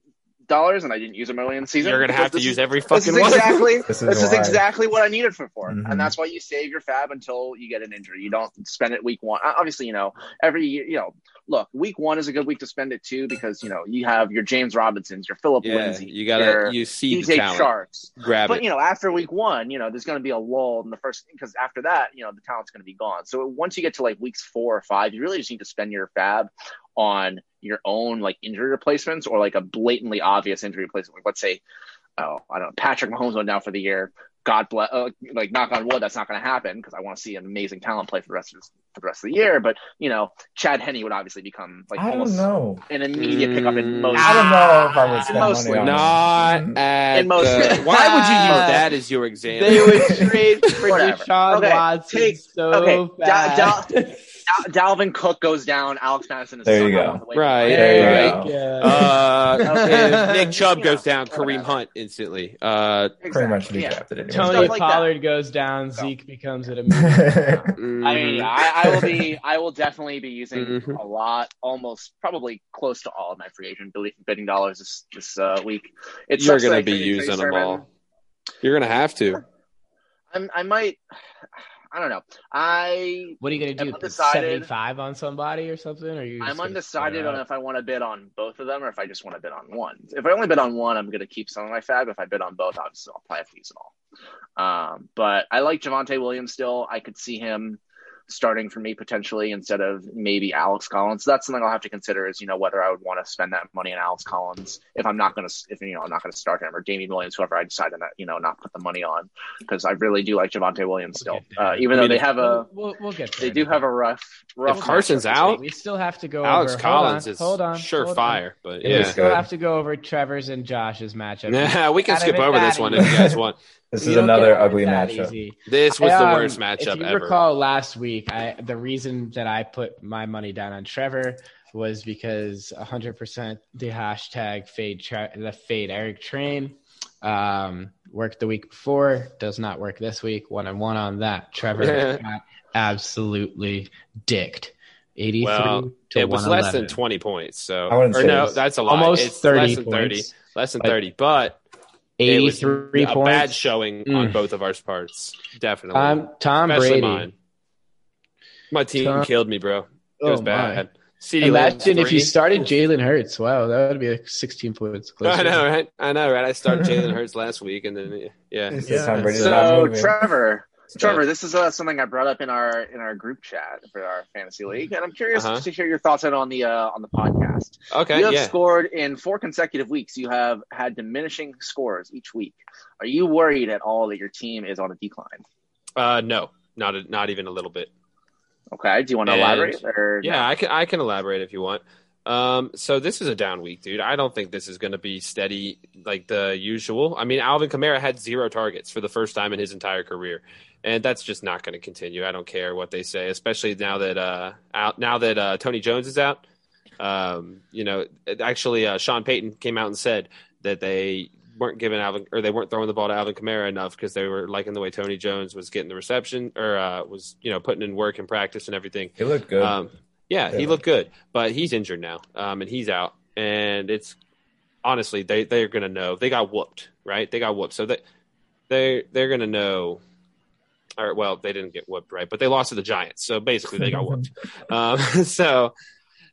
dollars, and I didn't use them early in the season. You're gonna because have to this use is- every This is fucking one. exactly This is this is why. exactly what I needed for for, Mhm. Mm-hmm. and that's why you save your fab until you get an injury. You don't spend it week one. Uh, Obviously, you know every year, you know, look, week one is a good week to spend it too because you know you have your James Robinsons, your Philip Yeah, Lindsay, you gotta your you see the DJ talent. Sharks. Grab But it. you know, after week one, you know, there's going to be a lull in the first because after that, you know, the talent's going to be gone. So once you get to like weeks four or five, you really just need to spend your fab on your own like injury replacements or like a blatantly obvious injury replacement. Like, let's say, oh, I don't know, Patrick Mahomes went down for the year. God bless. Uh, like knock on wood, that's not going to happen because I want to see an amazing talent play for the rest of this, for the rest of the year. But you know, Chad Henney would obviously become like I don't almost know. an immediate pickup in Mm. most. I don't know if I would Ah, spend mostly. money on Not him. at In Uh, most- Uh, the- why would you use that as your example? They would trade for Whatever. Deshaun Okay, Watson take- so okay, da- fast. Dal- Dalvin Cook goes down. Alex Madison is There still you not go. on the waiver Right. wire. There you There go. we go. Uh, if Nick Chubb Yeah, goes down, Kareem whatever. Hunt instantly. Uh, Pretty much to be Yeah. drafted anyway. Tony stuff like that. Pollard goes down. So. Zeke becomes it immediately. I mean, Mm-hmm. mm, yeah, I, I will be. I will definitely be using Mhm. a lot, almost probably close to all of my free agent bidding- bidding dollars this this uh, week. It you're sucks that gonna I be traded Trey using them Sermon. all. You're gonna have to. I'm, I might. I don't know. I What are you gonna I'm do? Put undecided. Seventy-five on somebody or something? Or are you? just I'm gonna undecided throw it on out? if I want to bid on both of them or if I just want to bid on one. If I only bid on one, I'm going to keep some of my fab. If I bid on both, obviously I'll plan for these and all. Um, but I like Javante Williams still. I could see him starting for me potentially instead of maybe Alex Collins. That's something I'll have to consider is you know whether I would want to spend that money on Alex Collins if I'm not going to if you know I'm not going to start him or Damian Williams whoever I decide to not, you know not put the money on because I really do like Javante Williams still. Okay, Uh, Dan. even I though mean, they have a We'll, we'll, we'll get. There they do have a rough rough If Carson's matchup this out, week. We still have to go Alex over. Collins hold on, is hold on, hold on. surefire, but It We yeah. is- still good. have to go over Trevor's and Josh's matchup. Nah, we can Adam skip and over this Daddy. one if you guys want. this We is don't get another over ugly that matchup. easy. This was I, the um, worst matchup If you ever. recall last week, I the reason that I put my money down on Trevor was because 100% the hashtag fade tra- the fade Eric train um, worked the week before, does not work this week. One on one on that. Trevor got absolutely dicked. 83 Well, to it was less than 111. 20 points. So, I wouldn't or say no, it's- that's a lot. almost it's 30 less than points. 30. Less than But 30, but it was 83 a points. bad showing on Mm. both of our parts. Definitely. Tom, Tom Especially Brady. mine. My team Tom- killed me, bro. It was Oh, my. bad. CD Imagine if you Lamb, started Jalen Hurts. Wow, that would be a 16 points. three. Closer. I know, right? I know, right? I started Jalen Hurts last week, and then yeah, It's the Tom Brady's not So moving. Trevor, Trevor, Yeah. this is uh, something I brought up in our in our group chat for our fantasy league, and I'm curious Uh-huh. to hear your thoughts on, on the uh, on the podcast. okay, you have yeah. scored in four consecutive weeks. You have had diminishing scores each week. Are you worried at all that your team is on a decline? Uh, no, not a, not even a little bit. Okay, do you want to And- elaborate? Or Yeah, I can I can elaborate if you want. Um, so this is a down week, dude. I don't think this is going to be steady like the usual. I mean, Alvin Kamara had zero targets for the first time in his entire career, and that's just not going to continue. I don't care what they say, especially now that uh out now that uh, Tony Jones is out. Um, you know, actually, uh, Sean Payton came out and said that they weren't giving Alvin or they weren't throwing the ball to Alvin Kamara enough because they were liking the way Tony Jones was getting the reception or uh, was you know putting in work and practice and everything. He looked good. Um, yeah, he Yeah. looked good, but he's injured now, um, and he's out. And it's honestly, they they're gonna know they got whooped, right? They got whooped, so they they they're gonna know. or well, they didn't get whooped, right? But they lost to the Giants, so basically they got whooped. Um, so,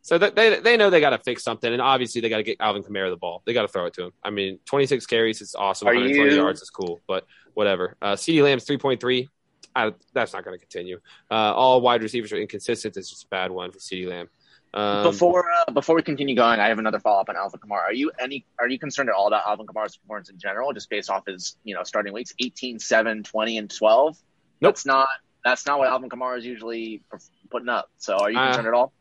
so that they they know they got to fix something, and obviously they got to get Alvin Kamara the ball. They got to throw it to him. I mean, 26 carries is awesome, Are 120 you- yards is cool, but whatever. Uh, CD Lamb's 3.3. I, that's not going to continue. Uh, all wide receivers are inconsistent. It's just a bad one for CD Lamb. Um, before uh, before we continue going, I have another follow up on Alvin Kamara. Are you any are you concerned at all about Alvin Kamara's performance in general, just based off his you know starting weeks 18, 7, 20, and twelve? Nope. That's not that's not what Alvin Kamara is usually perf- putting up. So are you Uh, concerned at all?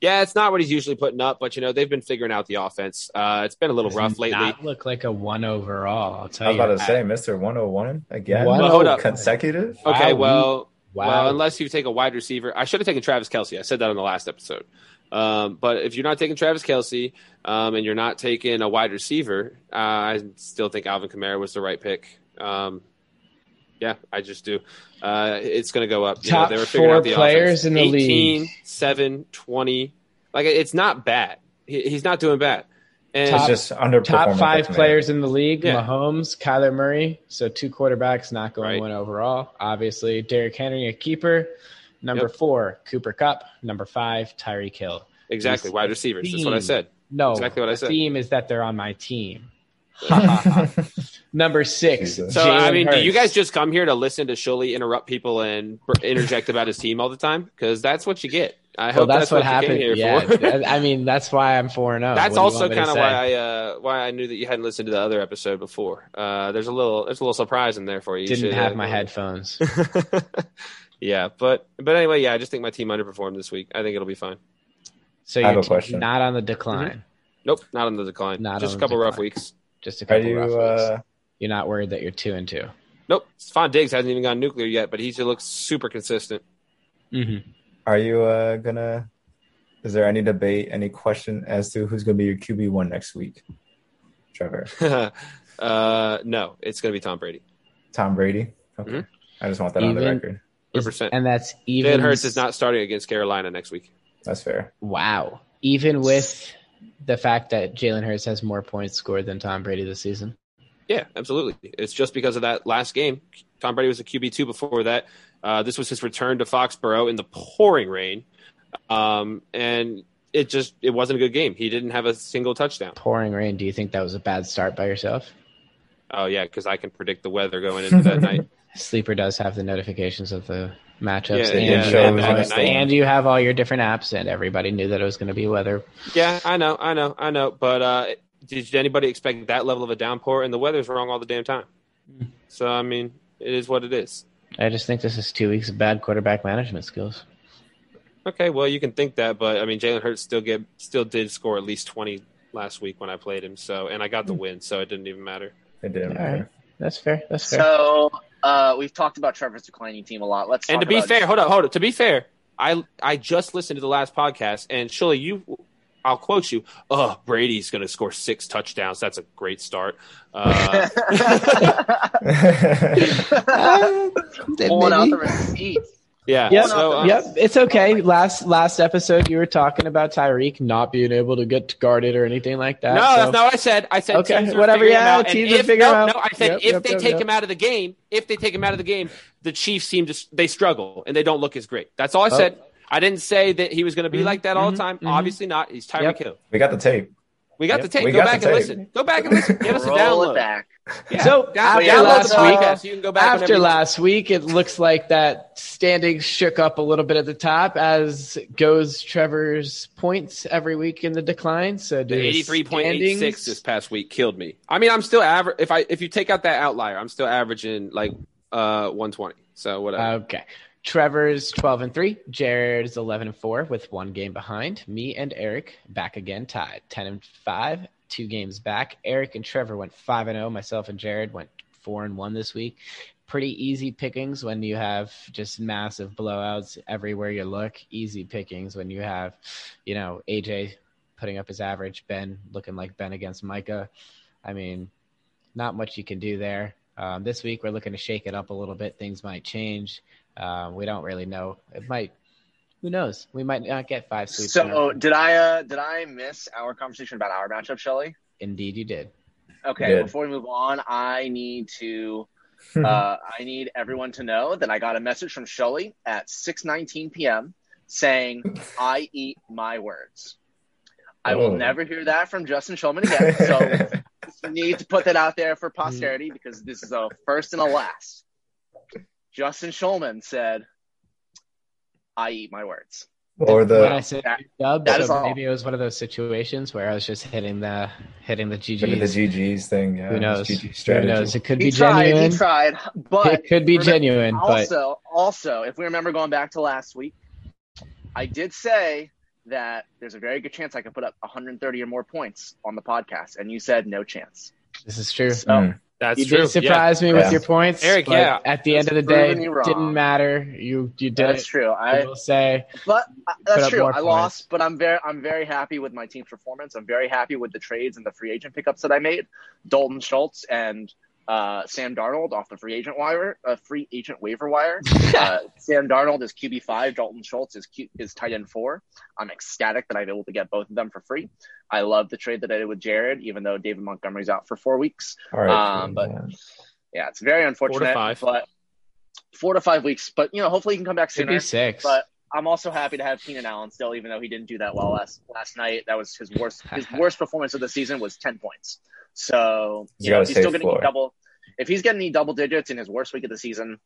yeah, it's not what he's usually putting up, but you know they've been figuring out the offense. Uh, it's been a little Does rough lately. Not look like a one overall. I'll I tell was you. about to that. say, Mister 101 again, One Well, hold up. consecutive. Wow, okay, we- well, Wow. Well, unless you take a wide receiver, I should have taken Travis Kelsey. I said that on the last episode. Um, but if you're not taking Travis Kelsey um, and you're not taking a wide receiver, uh, I still think Alvin Kamara was the right pick. Um, yeah, I just do. Uh, it's going to go up. You know, Top they were figuring four out the players offense. in the 18, league. 7, 20. Like, it's not bad. He, he's not doing bad. And Top- It's just underperforming. Top five with me. players in the league: Yeah. Mahomes, Kyler Murray. So two quarterbacks not going Right. one overall. Obviously, Derrick Henry, a keeper. Number Yep. four, Cooper Cup. Number five, Tyreek Hill. exactly, wide receivers. That's what I said. No, Exactly what I the said. theme is that they're on my team. Ha, ha, ha. Number six. Jesus. So I Jalen mean, do you Hurts. guys just come here to listen to Shuley interrupt people and br- interject about his team all the time? Because that's what you get. I Well, hope that's, what, you came happened. here yeah, for. th- I mean, that's why I'm four and oh. zero. that's also kind of why I uh, why I knew that you hadn't listened to the other episode before. Uh, there's a little there's a little surprise in there for you. You didn't should, have uh, my headphones. yeah, but but anyway, yeah, I just think my team underperformed this week. I think it'll be fine. So I have you're a question. not Mm-hmm. on the decline. Nope, not on the decline. Not just a on the couple rough decline. weeks. Just a Are couple you? rough weeks. Uh, You're not worried that you're two and 2 Nope, Stephon Diggs hasn't even gone nuclear yet, but he still looks super consistent. Mm-hmm. are you uh, gonna? Is there any debate, any question as to who's gonna be your QB one next week? Trevor, uh, no, it's gonna be Tom Brady. Tom Brady. Okay, Mhm. Mm-hmm. I just want that on the Even- record. 100%. And that's even. Jalen Hurts is not starting against Carolina next week. That's fair. Wow. Even with the fact that Jalen Hurts has more points scored than Tom Brady this season. Yeah, absolutely. It's just because of that last game. Tom Brady was a QB two before that. Uh, this was his return to Foxborough in the pouring rain, um, and it just it wasn't a good game. He didn't have a single touchdown. Pouring rain. Do you think that was a bad start by yourself? Oh yeah, because I can predict the weather going into that night. Sleeper does have the notifications of the Yeah, matchups, yeah, and, you yeah, have yeah, all- yeah. and you have all your different apps, and everybody knew that it was going to be weather. Yeah, I know, I know, I know. But uh, did anybody expect that level of a downpour? And the weather's wrong all the damn time. So I mean, it is what it is. I just think this is two weeks of bad quarterback management skills. Okay, well, you can think that, but I mean, Jalen Hurts still get still did score at least twenty last week when I played him. So, and I got Hmm. the win, so it didn't even matter. It didn't All matter. right. That's fair. That's fair. So uh, we've talked about Trevor's declining team a lot. Let's and talk to be about- fair, hold up, hold up. To be fair, I I just listened to the last podcast, and Shirley, you, I'll quote you. Oh, Brady's going to score six touchdowns. That's a great start. Uh, pulling out the receipts. yeah. Yep, So, uh, yep, it's okay. Last last episode, you were talking about Tyreek not being able to get guarded or anything like that. No, so- that's not what I said. I said Okay, teams are whatever, figuring him yeah, out, and teams are if- figuring no, him out. No, I said Yep, if yep, they yep, take yep. him out of the game, if they take him out of the game, the Chiefs seem to they struggle and they don't look as great. That's all I Oh. said. I didn't say that he was going to be Mhm, like that all the mhm, time. mhm. Obviously not. He's Tyreek Yep. Hill. we got the tape. We got Yep. the tape. We go got back the and tape. listen. Go back and listen. Give us a Roll it download. back. Yeah. So, Down- after download last the week- podcast, you can go back whenever After you want. last week, it looks like that standing shook up a little bit at the top, as goes Trevor's points every week in the decline. So The do his 83.86 standings- this past week killed me. I mean, I'm still average. If I if you take out that outlier, I'm still averaging like uh 120. So whatever. Okay. Trevor's 12 and 3. Jared's 11 and 4 with one game behind. Me and Eric back again tied 10 and 5, two games back. Eric and Trevor went 5 and 0. Myself and Jared went 4 and 1 this week. Pretty easy pickings when you have just massive blowouts everywhere you look. Easy pickings when you have, you know, AJ putting up his average, Ben looking like Ben against Micah. I mean, not much you can do there. Um, this week we're looking to shake it up a little bit. Things might change. Um, we don't really know. It might. Who knows? We might not get five sweeps. in So a- did I uh, did I miss our conversation about our matchup, Shelley? indeed, you did. Okay, Good. before we move on, I need to uh, I need everyone to know that I got a message from Shelly at 6:19 p.m. saying, "I eat my words." I will Oh. never hear that from Justin Shulman again. So we need to put that out there Mm. for posterity because this is a first and a last. Justin Shulman said, "I eat my words." or when I the said that- dub, that so is all. maybe it was one of those situations where I was just hitting the hitting the the GGs. GGs thing. Yeah, Who knows? GG Who strategy. knows? It could He be tried. genuine. He tried, but It could be remember- genuine, but also, also, if we remember going back to last week, I did say that there's a very good chance I could put up 130 or more points on the podcast, and you said no chance. this is true. So Mm. That's you true. did surprise me with Yeah. your points, Eric, but yeah. At the end of the day, Proven it you wrong. didn't matter. You you did that's it. true. I I will say but uh, Put that's up true. more I lost, but I'm very I'm very happy with my team's performance. I'm very happy with the trades and the free agent pickups that I made. Dalton Schultz and uh, Sam Darnold off the free agent wire, uh, free agent waiver wire. uh, Sam Darnold is QB five. Dalton Schultz is Q, is tight end four. I'm ecstatic that I'm able to get both of them for free. I love the trade that I did with Jared, even though David Montgomery's out for four weeks. All right. cool, Um, but- yeah. Yeah, it's very unfortunate, five. but four to five weeks. But you know, hopefully he can come back could sooner. be six. But I'm also happy to have Keenan Allen still, even though he didn't do that well last last night. That was his worst his worst performance of the season was ten points. So He's you know, gotta if he's still save getting floor. double if he's getting any double digits in his worst week of the season,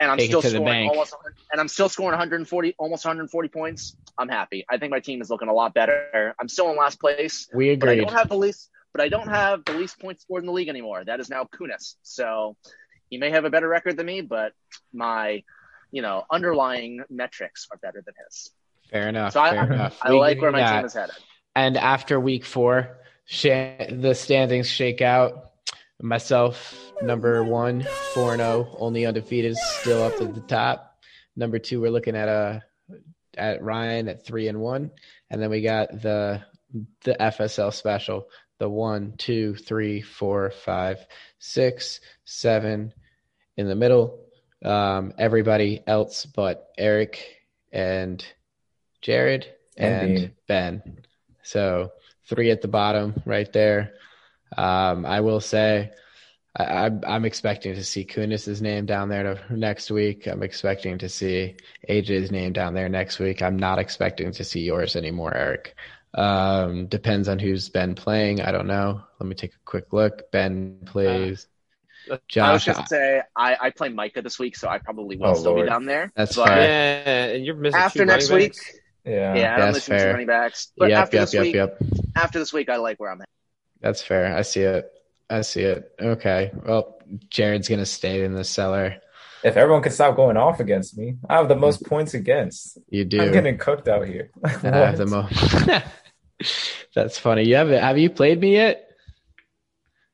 and I'm Take it still to the scoring bank. almost and I'm still scoring 140 almost 140 points, I'm happy. I think my team is looking a lot better. I'm still in last place, we but I agreed. don't have the least but I don't have the least points scored in the league anymore. That is now Kunis. So he may have a better record than me, but my you know underlying metrics are better than his. Fair enough. So I- fair enough. I We like agree where my that. team is headed. And after week four, sha the standings shake out. Myself, number one, 4 0, only undefeated, still up at the top. Number two, we're looking at uh, at Ryan at 3 and 1. And then we got the the FSL special the one, two, three, four, five, six, seven in the middle. Um, everybody else but Eric and Jared And and Dean. Ben. So three at the bottom right there. Um, I will say I, I'm, I'm expecting to see Kunis's name down there to, next week. I'm expecting to see AJ's name down there next week. I'm not expecting to see yours anymore, Eric. Um, depends on who's been playing. I don't know. Let me take a quick look. Ben plays. Uh, I Josh, was just say I, I play Micah this week, so I probably will Oh, still Lord. be down there. That's but fair. Yeah, and you're missing After two next running week, backs. yeah. yeah, That's I'm missing two fair. running backs. But yep, after yep, this yep, week, yep. after this week, I like where I'm at. That's fair. I see it. I see it. Okay. Well, Jared's gonna stay in the cellar. If everyone can stop going off against me, I have the most points against. Mm-hmm. You do. I'm getting cooked out here. and I have the What? most. That's funny. You haven't. Have you played me yet?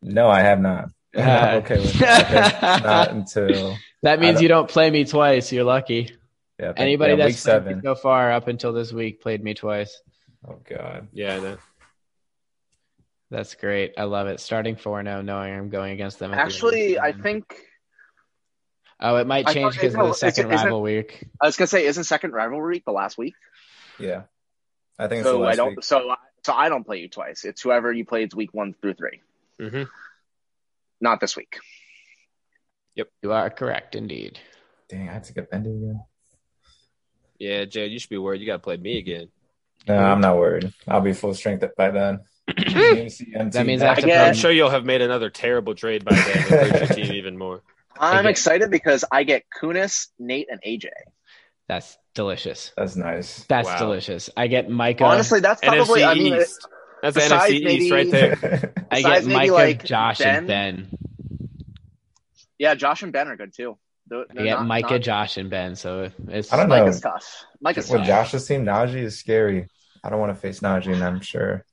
No, I have not. I'm not Uh, okay with that. not until That means don't- you don't play me twice. You're lucky. yeah, thank- Anybody yeah, week that's played me seven. so far up until this week played me twice. Oh god. Yeah, no. That's great. I love it. Starting 4 0, knowing I'm going against them. at the end of the Actually, I season. think Oh, it might I change thought- because of no, the is second it- is it- rival week. I was gonna say isn't second rivalry the last week? Yeah. I think it's the So last I don't. week. So I- so I don't play you twice. It's whoever you played week one through three. hmm Not this week. You are correct, indeed. Dang, I have to get bendy again. Yeah, Jared, you should be worried. You got to play me again. No, Mm-hmm. I'm not worried. I'll be full strength by then. UCMT That means I have to Yeah. I'm play. sure you'll have made another terrible trade by then and hurt your team even more. I'm get- excited because I get Kunis, Nate, and AJ. That's delicious. That's nice. That's Wow. delicious. I get Micah. Honestly, that's probably. NFC I mean, it- East. That's the besides NFC East maybe- right there. I get besides maybe, Micah, like, Josh, and Ben, Ben. yeah, Josh and Ben are good too. They're- I they're get not- Micah, not- Josh, and Ben. So it's I don't know. Micah's tough. Micah's With tough. Josh's team, Najee is scary. I don't want to face Najee, and I'm sure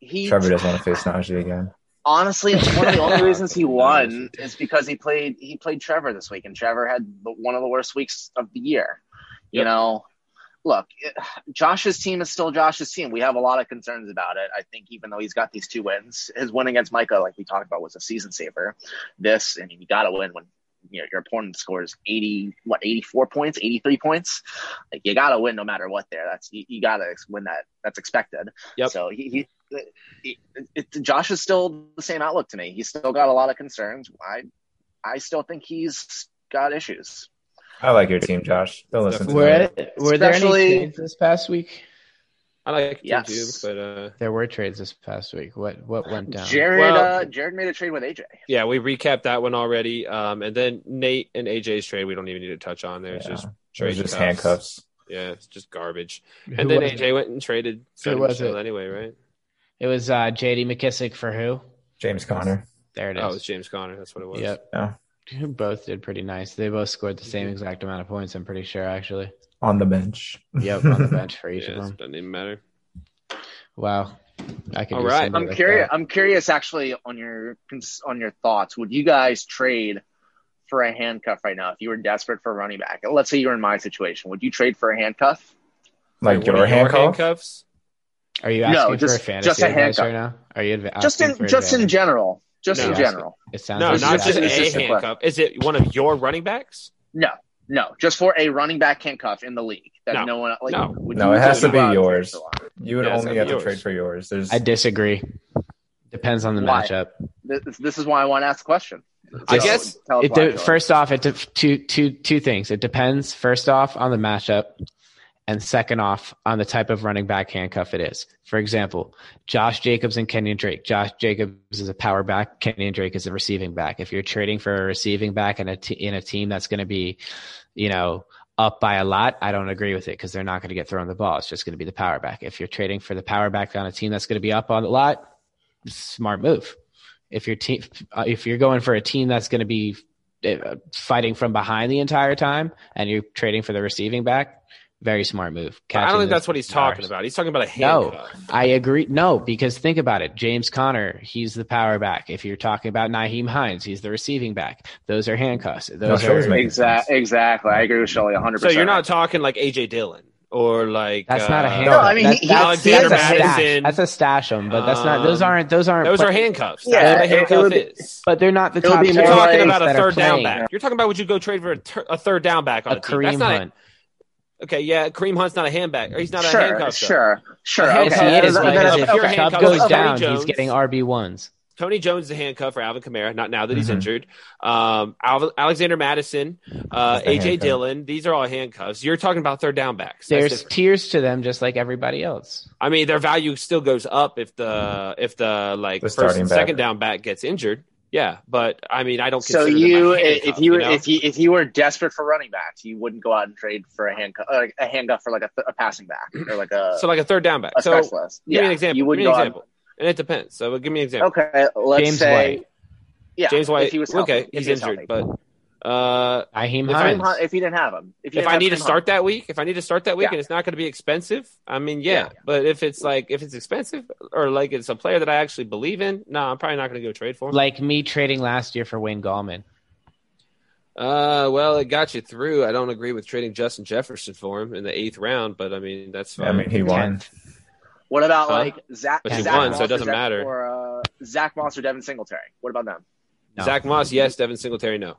He Trevor doesn't want to face Najee again. honestly one of the only reasons he won Nice. is because he played he played Trevor this week, and Trevor had the, one of the worst weeks of the year. You Yep. know, look, it- Josh's team is still Josh's team. We have a lot of concerns about it. I think even though he's got these two wins, his win against Micah, like we talked about, was a season saver. This, I mean, you got to win when. You know, your opponent scores 80 what 84 points 83 points like you gotta win no matter what there that's you, you gotta ex- win that that's expected Yep. so he, he it, it, Josh is still the same outlook to me. He's still got a lot of concerns. I I still think he's got issues. I like your team, Josh. Don't listen to me. Were, were there any Especially- trades this past week? I like him Yes. too, but uh, There were trades this past week. What what went down? Jared Well- uh, Jared made a trade with AJ. yeah, we recapped that one already. Um, and then Nate and AJ's trade, we don't even need to touch on. There's Yeah. just It was trade cuffs. just handcuffs. yeah, it's just garbage. Who And then was it? AJ went and traded Sonny was Michel it? anyway, right? It was uh, J.D. McKissick for who? James Conner. There it Oh, it was is. James Conner. That's what it was. yep. Yeah. Both did pretty nice. They both scored the same exact amount of points. I'm pretty sure, actually. On the bench. Yep, on the bench for Yeah, each it of them. doesn't even matter. Wow. I could All use right. somebody I'm like curious. that. I'm curious, actually, on your cons- on your thoughts. Would you guys trade for a handcuff right now if you were desperate for a running back? And Let's say you're in my situation. Would you trade for a handcuff? Like Wait, what your are handcuff. handcuffs? Are you No, asking just- for a fantasy just a advice handcuff. right now? Are you adv- just asking in for just in advice? general. Just No. in general. It sounds No, like not you're just It's a just a question. handcuff. Is it one of your running backs? No, no, just for a running back handcuff in the league that No. no, one like. No. would No, you it has just to be go out and trade yours. for one? You would Yeah, it's only gotta have be to trade yours. for yours. There's I disagree. Depends on the Why? matchup. This, this is why I want to ask the question. I So, guess- tell us It why, de- Jordan. first off, it de- two two two things. It depends first off on the matchup, and second off on the type of running back handcuff it is. For example, Josh Jacobs and Kenyon Drake. Josh Jacobs is a power back. Kenyon Drake is a receiving back. If you're trading for a receiving back in a t- in a team that's going to be, you know. Up by a lot, I don't agree with it because they're not going to get thrown the ball. It's just going to be the power back. If you're trading for the power back on a team that's going to be up on a lot, smart move. If your team, uh, if you're going for a team that's going to be uh, fighting from behind the entire time and you're trading for the receiving back, very smart move. I Catching don't think the that's what he's talking stars. about. He's talking about a No. handcuff. I agree. No, because think about it. James Conner, he's the power back. If you're talking about Naheem Hines, he's the receiving back. Those are handcuffs. Those sure, are. he's making Exact, exactly. I agree with Shelley 100. So you're not talking like AJ Dillon or like That's not a uh, handcuff. I mean, that's, he- that's, he- that's, a Alexander stash. Madison. that's a stash 'em, but that's not. Those Um, aren't. Those aren't. Those but, are handcuffs. Yeah, That's what a it- it handcuff would be- is. But they're not the It'll top. be ten You're more talking like about a that are third down playing. back. You're talking about would you go trade for a, tur a third down back on a, A team? That's Kareem not a- Hunt. okay, yeah, Kareem Hunt's not a handback. Or he's not a sure, handcuff. though. sure, sure. Yes, Okay. Yes, he is then- because then- if okay. Chubb handcuffs- goes okay, down, Jones. he's getting RB ones. Tony Jones is a handcuff for Alvin Kamara. Not now that he's Mm-hmm. Mhm. injured. Um, Al- Alexander Madison, uh, That's the AJ handcuff. Dillon. These are all handcuffs. You're talking about third down backs. That's There's different. tiers to them, just like everybody else. I mean, their value still goes up if the if the like Mm-hmm. The first starting and back. second down back gets injured. Yeah, but I mean, I don't. So Consider them a you, if handcuff, you, know? if you, if you were desperate for running backs, you wouldn't go out and trade for a handcuff, uh, a handcuff for like a, th- a passing back or like a, so like a third down back. uh, a So give specialist. me an example. You Give would me an go out- example. And it depends. So give me an example. Okay, let's James say White, yeah, James White. If he was healthy, okay, he's if he was injured, healthy. but uh, Naheem If Kareem Hines. Hunt, if you didn't have him, if, you if didn't I have need to Kareem start that week, if I need to start that week, Yeah. and it's not going to be expensive, I mean, yeah. Yeah. But if it's like if it's expensive or like it's a player that I actually believe in, no, I'm probably not going to go trade for him. like me trading last year for Wayne Gallman. Uh, well, it got you through. I don't agree with trading Justin Jefferson for him in the eighth round, but I mean that's fine. I mean, he won. Hunt. What about Huh? like Zach? But he Zach won, so it Moss or doesn't Zach- matter. Or uh, Zach Moss or Devin Singletary. What about them? No. Zach Moss, yes. Devin Singletary, no.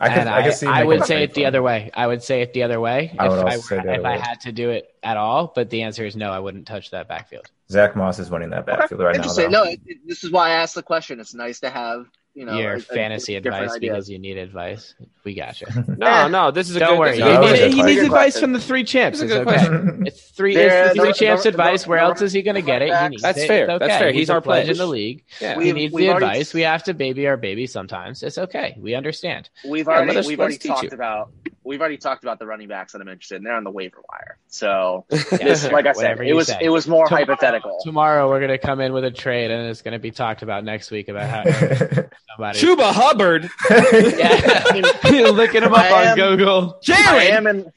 I could, and I, I, could see. I making a would say trade it for the him. other way. I would say it the other way I would if, also I, say the if other I way. had to do it at all. But the answer is no. I wouldn't touch that backfield. Zach Moss is winning that backfield right now. Interesting. though. No, it, it, this is why I asked the question. It's nice to have you know Your a- a fantasy different advice idea. because you need advice. We got you. No, Eh. no. This is a Don't good, worry. This No, is that he a good was a needed, good he question. needs advice from the three champs. That's a It's good okay. question. It's three. There- It's the there- three champs there- advice. there- Where there- else is he going to get it? He needs That's it. fair. It's That's okay. fair. He's, He's a our pledge pledge. in the league. Yeah. He We've- needs we've the already- advice. We have to baby our baby sometimes. It's okay. We understand. We've Yeah, already let us- we've let us already teach talked you. about we've already talked about the running backs that I'm interested in. They're on the waiver wire. So Yeah, this, sure. like I said, Whatever it you was say. it was more Tomorrow- hypothetical. Tomorrow we're gonna come in with a trade, and it's gonna be talked about next week about how Eric somebody. Chuba Hubbard, Yeah, looking him up I on am- Google. I Jared. am in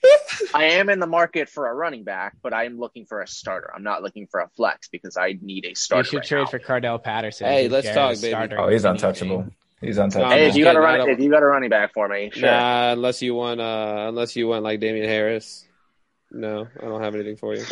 I am in the market for a running back, but I am looking for a starter. I'm not looking for a flex because I need a You starter. should right trade now. for Cardell Patterson. Hey, He's let's Jared's talk, baby. starter. oh, he's Anything. untouchable. He's I'm Hey, untouchable. if just you got a kidding. I run, don't- if you got a running back for me, sure. Nah, unless you want, uh, unless you want like Damian Harris. No, I don't have anything for you.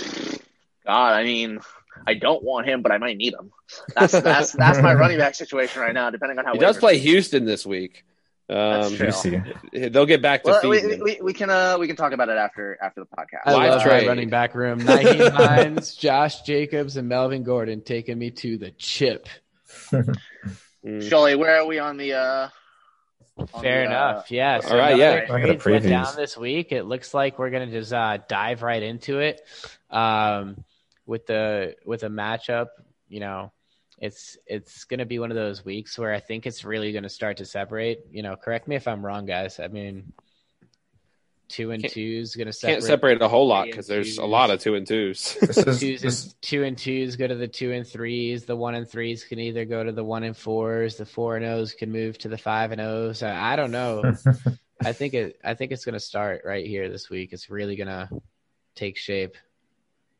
God, I mean, I don't want him, but I might need him. That's that's that's my running back situation right now. Depending on how He does waivers- play Houston this week. That's Um, true. You see. they'll get back to Well, feeding we, him. we, we can uh we can talk about it after after the podcast. I Live love trade. my running back room. Naheem Hines, Josh Jacobs, and Melvin Gordon taking me to the chip. Mm. Shelly, where are we on the? uh on Fair the, uh, enough. Yeah. So all right, another yeah. Look at the trades went down previews. this week. It looks like we're gonna just uh, dive right into it. Um, with the with a matchup, you know, it's it's gonna be one of those weeks where I think it's really gonna start to separate. You know, correct me if I'm wrong, guys. I mean, two and Can't- two is gonna separate. Can't separate a whole lot because Three and there's a twos. lot of two and twos. This is Twos this, and, two and twos go to the two and threes. The one and threes can either go to the one and fours. The four and O's can move to the five and O's. I, I don't know. I think it. I think it's gonna start right here this week. It's really gonna take shape.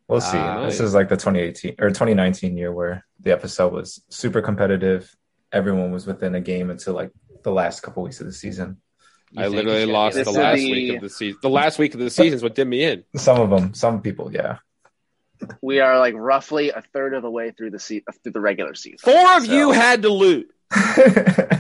We'll see. Uh, this is like the 2018 or 2019 year where the episode was super competitive. Everyone was within a game until like the last couple weeks of the season. You I think literally it's gonna be lost like the This that? is last the- week of the season. The last week of the season is what did me in. Some of them, some people, yeah. We are like roughly a third of the way through the se- through the regular season. Four of So- you had to lose.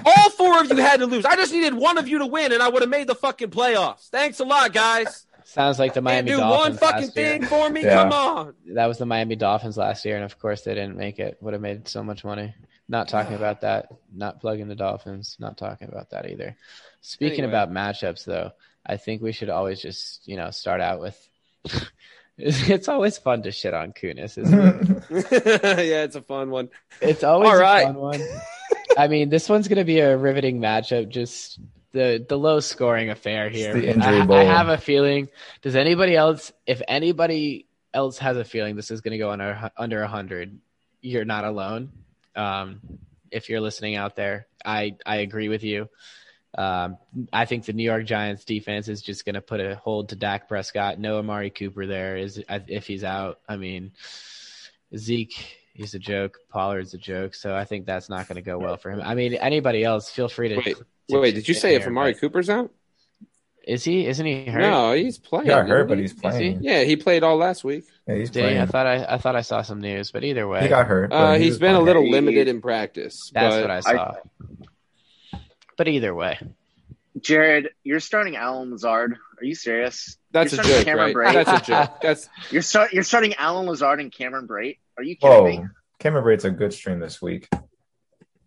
All four of you had to lose. I just needed one of you to win, and I would have made the fucking playoffs. Thanks a lot, guys. Sounds like the Miami Can't do Dolphins one fucking last year. thing for me. Yeah. Come on. That was the Miami Dolphins last year, and of course they didn't make it. Would have made so much money. Not talking about that. Not plugging the Dolphins. Not talking about that either. Speaking Anyway. about matchups, though, I think we should always just you know start out with. it's always fun to shit on Kunis, isn't it? yeah, it's a fun one. It's always All a right. fun one. I mean, this one's going to be a riveting matchup. Just the the low scoring affair It's here. the injury I, I bowl. have a feeling. Does anybody else? If anybody else has a feeling this is going to go under under hundred, you're not alone. Um, if you're listening out there, I I agree with you. Um, I think the New York Giants defense is just going to put a hold to Dak Prescott. No Amari Cooper there is if he's out. I mean, Zeke he's a joke. Pollard's a joke. So I think that's not going to go well for him. I mean, anybody else? Feel free to. Wait, to Wait, wait, chip did you in say if here, Amari but- Cooper's out? Is he? Isn't he hurt? No, he's playing. yeah, I heard, but Isn't he's playing. he? yeah, he played all last week. Yeah, he's Did he? I playing. thought I, I thought I saw some news, but either way, He got hurt. but Uh, he he's was been a playing. little He- limited in practice. that's but what I saw. but either way, Jared, you're starting Alan Lazard. Are you serious? That's a You're joke, starting Cameron right? Brate. That's a joke. That's You're start you're starting Alan Lazard and Cameron Brate. Are you kidding me? Whoa, Oh. Cameron Brate's a good stream this week.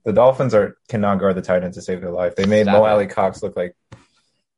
The Dolphins are cannot guard the tight end to save their life. They made Stop Mo it. Alley Cox look like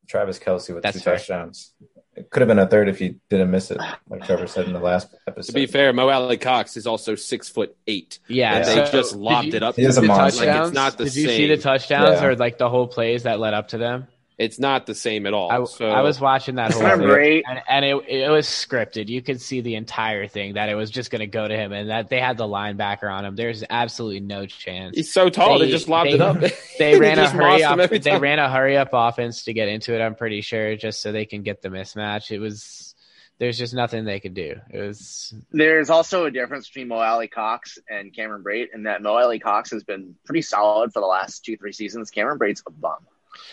Travis Kelsey with That's two fair. touchdowns. It could have been a third if he didn't miss it, like Trevor said in the last to episode. be fair. Mo Alley Cox is also six foot eight. yeah, Yeah. They so just did lobbed you- it up. He is a the Like, monster. it's touchdowns. not the Did same. you see the touchdowns Yeah. or like the whole plays that led up to them? it's not the same at all. I, so I was watching that whole Cameron Remember- thing, Brate. and, and it, it was scripted. You could see the entire thing that it was just going to go to him, and that they had the linebacker on him. There's absolutely no chance. He's so tall. They, They- just lobbed they- it up. they ran a just hurry mossed him up. every They time. ran a hurry up offense to get into it. I'm pretty sure, just so they can get the mismatch. It was there's just nothing they could do. It was There's also a difference between Mo Alley Cox and Cameron Brate, and that Mo Alley Cox has been pretty solid for the last two, three seasons. Cameron Brate's a bum.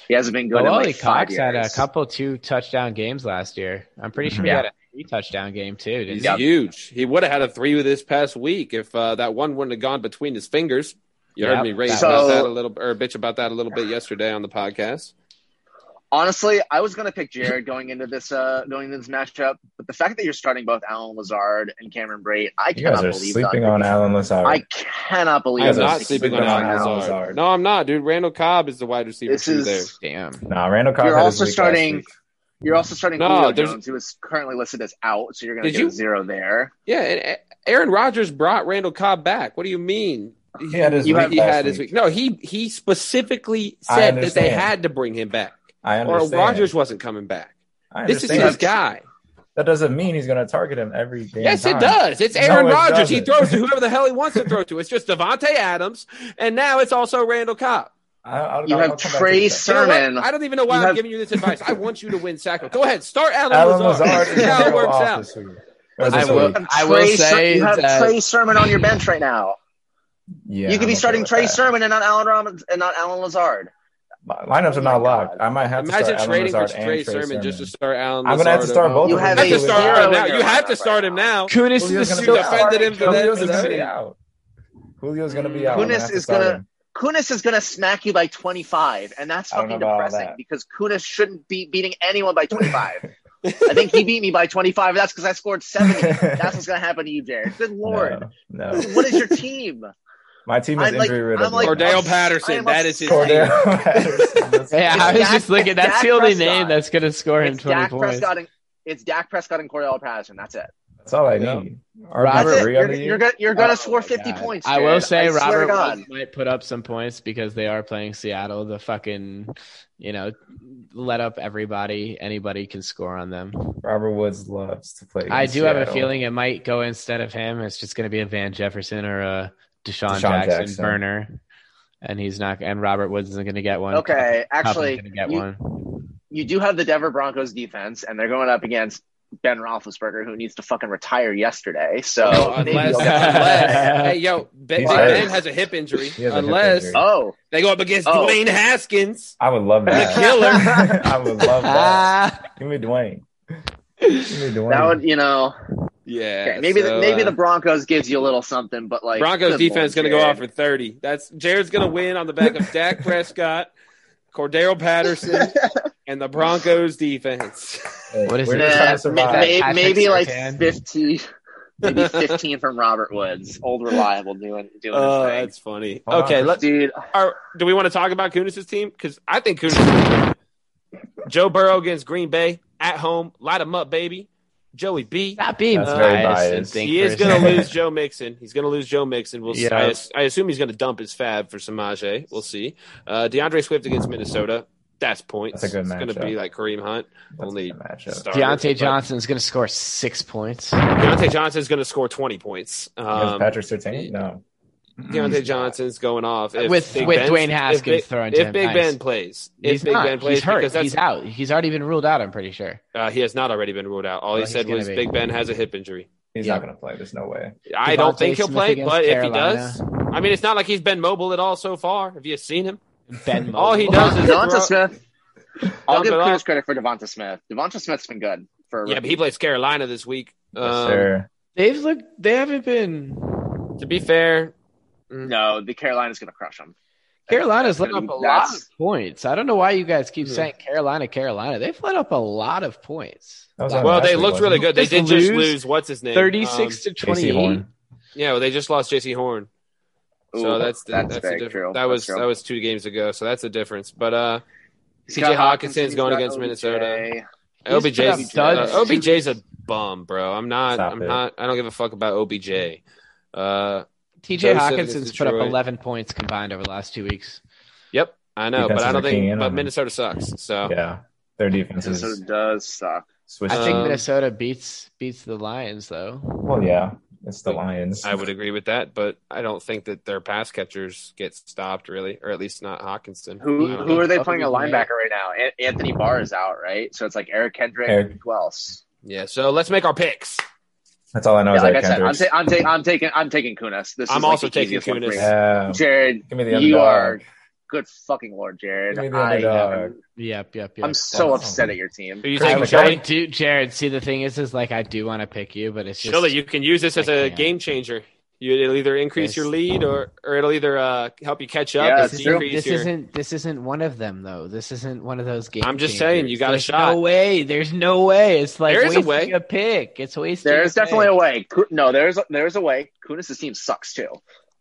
He hasn't been good. in Ollie like five Cox had a years. couple two touchdown games last year. I'm pretty sure he Yeah. had a three touchdown game too. Didn't He's he? huge. He would have had a three this past week if uh, that one wouldn't have gone between his fingers. You Yep. heard me rave So- about that a little, or bitch about that a little bit yesterday on the podcast. Honestly, I was gonna pick Jared going into this uh going into this matchup, but the fact that you're starting both Alan Lazard and Cameron Brate, I you cannot guys are believe sleeping that. on Alan Lazard. I cannot believe I'm guys that. are not sleeping on sleeping on Alan Alan Lazard. Lazard. No, I'm not, dude. Randall Cobb is the wide receiver This too is there. Damn. nah, Randall Cobb. You're had his also week last starting- week. You're also starting No, Julio there's- Jones, who is currently listed as out, so you're gonna Did get you- a zero there. Yeah, and A- Aaron Rodgers brought Randall Cobb back. What do you mean? He had his You week have- he last had his week. week. No, he he specifically I said that they understand. had to bring him back, I or understand. Rodgers wasn't coming back. I This is understand. his guy. That doesn't mean he's going to target him every damn Yes, time. it does. It's No, Aaron it Rodgers. He doesn't. throws to whoever the hell he wants to throw to. It's just Devontae Adams, and now it's also Randall Cobb. I, I, You I'll have come back to Trey that. You know what? Sermon. I don't even know why You I'm have- giving you this advice. I want you to win Sacco. Go ahead, start Alan, Alan Lazard. Lazard See is how it zero works off out. this week. Or I this will- week. You have I will Trey Ser- say you have that- Trey Sermon on your bench right now. Yeah, you could I'm be okay starting with Trey that. Sermon and not Alan Robinson and not Alan Lazard. My lineups Oh are my not God. locked. I might have to Imagine start trading for Alan Lazard and Trey Sermon, just to start Alan. I'm gonna have to Lazard start over- both You of have them. You have to Hey, start zero him now. in You your have to lineup start right him now. now. Kunis Julio's is the gonna You be super out. defended him for Julio's that. gonna be today. out. Julio's gonna be out. I'm Kunis gonna have to is start gonna- him. Kunis is going to smack you by 25, and that's I don't know fucking about all depressing that. because Kunis shouldn't be beating anyone by 25. I think he beat me by 25. That's because I scored 70. That's what's going to happen to you, Jared. Good lord. No, no. What is your team? My team is I'm like- injury I'm riddled. like- bro. Cordell I Patterson. am That a- is his name. Cordell Patterson. That's- Yeah, It's I was Dak- just looking. it's That's Dak the only Prescott. name that's going to score him It's 20 Dak points. Prescott and it's Dak Prescott and Cordell Patterson. That's it. That's all I Yeah. need. Robert, That's Robert, Oh it. You're, you're gonna you're gonna score fifty God. points. I Jared. will say I swear Robert to God. Woods might put up some points because they are playing Seattle. The fucking, you know, let up everybody. Anybody can score on them. Robert Woods loves to play. I do against have a Seattle. feeling it might go instead of him. It's just going to be a Van Jefferson or a Deshaun, Deshaun Jackson, Jackson. burner, and he's not. And Robert Woods isn't going to get one. Okay, Cobb- Cobb actually, isn't gonna get you, one. you do have the Denver Broncos defense, and they're going up against Ben Roethlisberger, who needs to fucking retire yesterday. So Oh, maybe unless, they'll get- unless, hey, yo, Ben, He's Big hurt. Ben has a hip injury. He has a hip Unless injury. oh, they go up against Oh. Dwayne Haskins. I would love that. The killer. I would love that. Ah, Give me Dwayne. Give me Dwayne. that would you know Yeah, okay, maybe so, the, maybe uh, the Broncos gives you a little something, but like Broncos good defense Lord, going to go Jared. off for thirty. That's Jared's going to win on the back of Dak Prescott, Cordero Patterson, and the Broncos defense. Hey, What is we're it? just Yeah, trying to ma- survive. may- uh, Patrick maybe like Sertan. 15, maybe 15 from Robert Woods, old reliable doing doing Oh, his thing. that's funny. Hold on, okay, Chris. let's. Dude, Are, do we want to talk about Kunis's team? Because I think Kunis. Joe Burrow against Green Bay at home. Light him up, baby. Joey B. Not being That's very biased. And biased. think He is for a going second. to lose Joe Mixon. He's going to lose Joe Mixon. We'll see. Yeah. I, ass- I assume he's going to dump his fab for Samaje. We'll see. Uh, DeAndre Swift against Minnesota. That's points. That's a good It's going to matchup. be like Kareem Hunt. That's only a good matchup. starter, Deontay but Johnson's going to score six points. Deontay Johnson's going to score 20 points. You have Um, Patrick Sertain? No. Deontay Johnson's going off. If With- Big with Ben's- Dwayne if Big- Haskins throwing to If him, Big nice. Ben plays. If He's Big not. Ben plays He's hurt. because that's He's out. He's already been ruled out. I'm pretty sure. Uh, he has not already been ruled out. All he Well, he's said gonna was be. Big Ben has a hip injury. He's Yeah. not going to play. There's no way. I don't Devontae think he'll Smith play, against but Carolina. if he does, I mean, it's not like he's been mobile at all so far. Have you seen him? Ben. All he Mogul. does is Devonta throw- Smith. I'll Dump give it Chris off. credit for Devonta Smith. Devonta Smith's been good for a Yeah, but he plays Carolina this week. yes, Um, sir. They've looked. They haven't been. to be fair, No, the Carolina's gonna crush him. Carolina's let That's up gonna a be- lot that's- of points. I don't know why you guys keep Mhm. saying Carolina, Carolina. They've let up a lot of points. That was on well, last they week, looked wasn't really it? good. They Just did just lose lose. What's his name? Um, Thirty-six to J.C. twenty-eight. Horn. yeah, well, they just lost J.C. Horn. So Ooh, that's that's, that's a very diff- true. That was That's true. that was two games ago. So that's a difference. But uh, He's C.J. got Hawkinson's he's going got against OBJ. Minnesota. He's put up OBJ's studs. uh, OBJ's a bum, bro. I'm not. Stop I'm it. not. I don't give a fuck about OBJ. Uh, T.J. Joseph Hawkinson's is put up Detroit. eleven points combined over the last two weeks. Yep, I know, but Defenses I don't are keying think. in But on him. Minnesota sucks. So Yeah. Their defense Minnesota is does suck. switched. I think Um, Minnesota beats beats the Lions though. well, yeah. It's the Lions. I would agree with that, but I don't think that their pass catchers get stopped really, or at least not Hawkinson. Who I don't who know. are they playing a Fucking linebacker right now? An- Anthony Barr is out, right? So it's like Eric Kendrick. Eric. Who else? Yeah, so let's make our picks. That's all I know Yeah, is like I Eric said, I'm, Kendricks. ta- I'm, ta- I'm taking I'm taking Kunis. This I'm is like also the taking easiest one for Kunis. me. yeah. Jared, Give me the you underdog. are good fucking lord, Jared. Give me the I, underdog. am- Yep, yep, yep. I'm so That's- upset at your team. Who you Chris I, taking, McCaffrey. I Shilly? do, Jared. See, the thing is, is like I do want to pick you, but it's just Shilly, you can use this as I a can't. game changer. You, it'll either increase Yes. your lead, or or it'll either uh, help you catch up, Yeah, or that's this, isn't, decrease this your. isn't this isn't one of them though. This isn't one of those games. I'm just saying, you got a shot. No way. There's no way. It's like There is a wasting a, way. pick. It's wasting. There's a definitely pick. a way. Ku- No, there's there's a way. Kunis' team sucks too,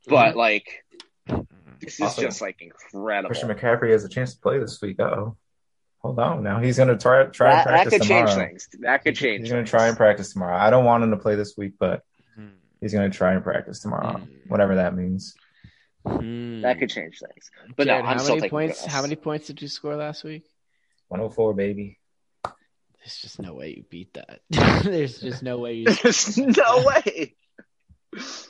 but like this is Also- just like incredible. Mm-hmm. Christian McCaffrey has a chance to play this week. Oh, hold on now. He's gonna try try and That, that practice could tomorrow. change things. That could change. He's gonna things. try and practice tomorrow. I don't want him to play this week, but Mhm. he's gonna try and practice tomorrow, Mm. whatever that means. Hmm. That could change things. But Jared, no, I'm how still many taking points? Kunis. How many points did you score last week? 104, baby. There's just no way you beat that. There's just no way you. There's no way.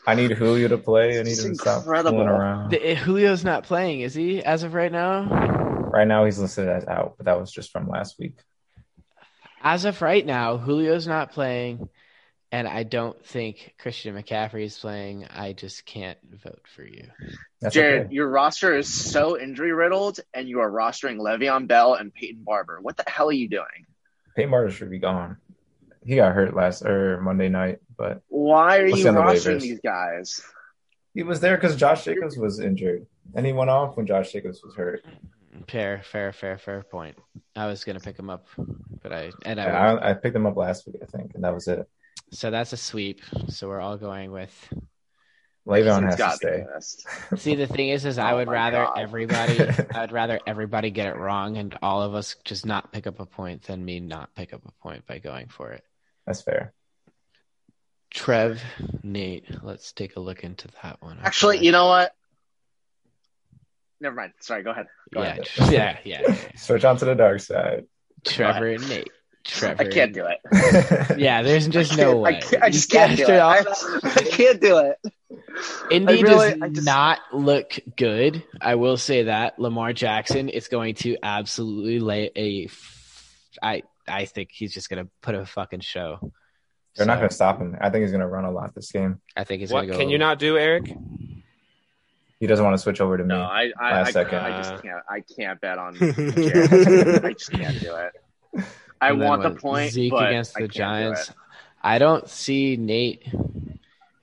I need Julio to play. I need This him to is stop incredible. fooling around. The- eh, Julio's not playing, is he? As of right now, right now, he's listed as out, but that was just from last week. as of right now, Julio's not playing, and I don't think Christian McCaffrey is playing. I just can't vote for you. That's Jared, okay. your roster is so injury riddled, and you are rostering Le'Veon Bell and Peyton Barber. What the hell are you doing? Peyton Barber should be gone. He got hurt last or Monday night, but Why are What's you on the rostering waivers? these guys? he was there because Josh Jacobs was injured, and he went off when Josh Jacobs was hurt. Fair, fair, fair, fair point. I was gonna pick him up, but I and I won't. I, I picked him up last week, I think, and that was it. so that's a sweep. So we're all going with Le'Veon has It's to gotta be stay. the best. See, the thing is, is I Oh would my rather God. everybody, I would rather everybody get it wrong and all of us just not pick up a point than me not pick up a point by going for it. That's fair. Trev, Nate, let's take a look into that one. Actually, you know what? Never mind. Sorry, go ahead. go yeah, ahead. tr- yeah, yeah, yeah, yeah. Switch on to the dark side. Trevor, and Nate, Trevor. I can't do it. Yeah, there's just I no can't- way. I, can't, I just You can't do guys it. are all- I, I can't do it. Indy I really- I does just- not look good. I will say that Lamar Jackson is going to absolutely lay a. f- I I think he's just going to put a fucking show. They're not So, going to stop him. I think he's going to run a lot this game. I think he's What going to go. can you not do, Eric? He doesn't want to switch over to No, me. I, I, Last I, second. I Uh. just can't. I can't bet on. Jared. I Jared. just can't do it. I And then want the what, point. Zeke but against I the can't do Giants. it. I don't see Nate. It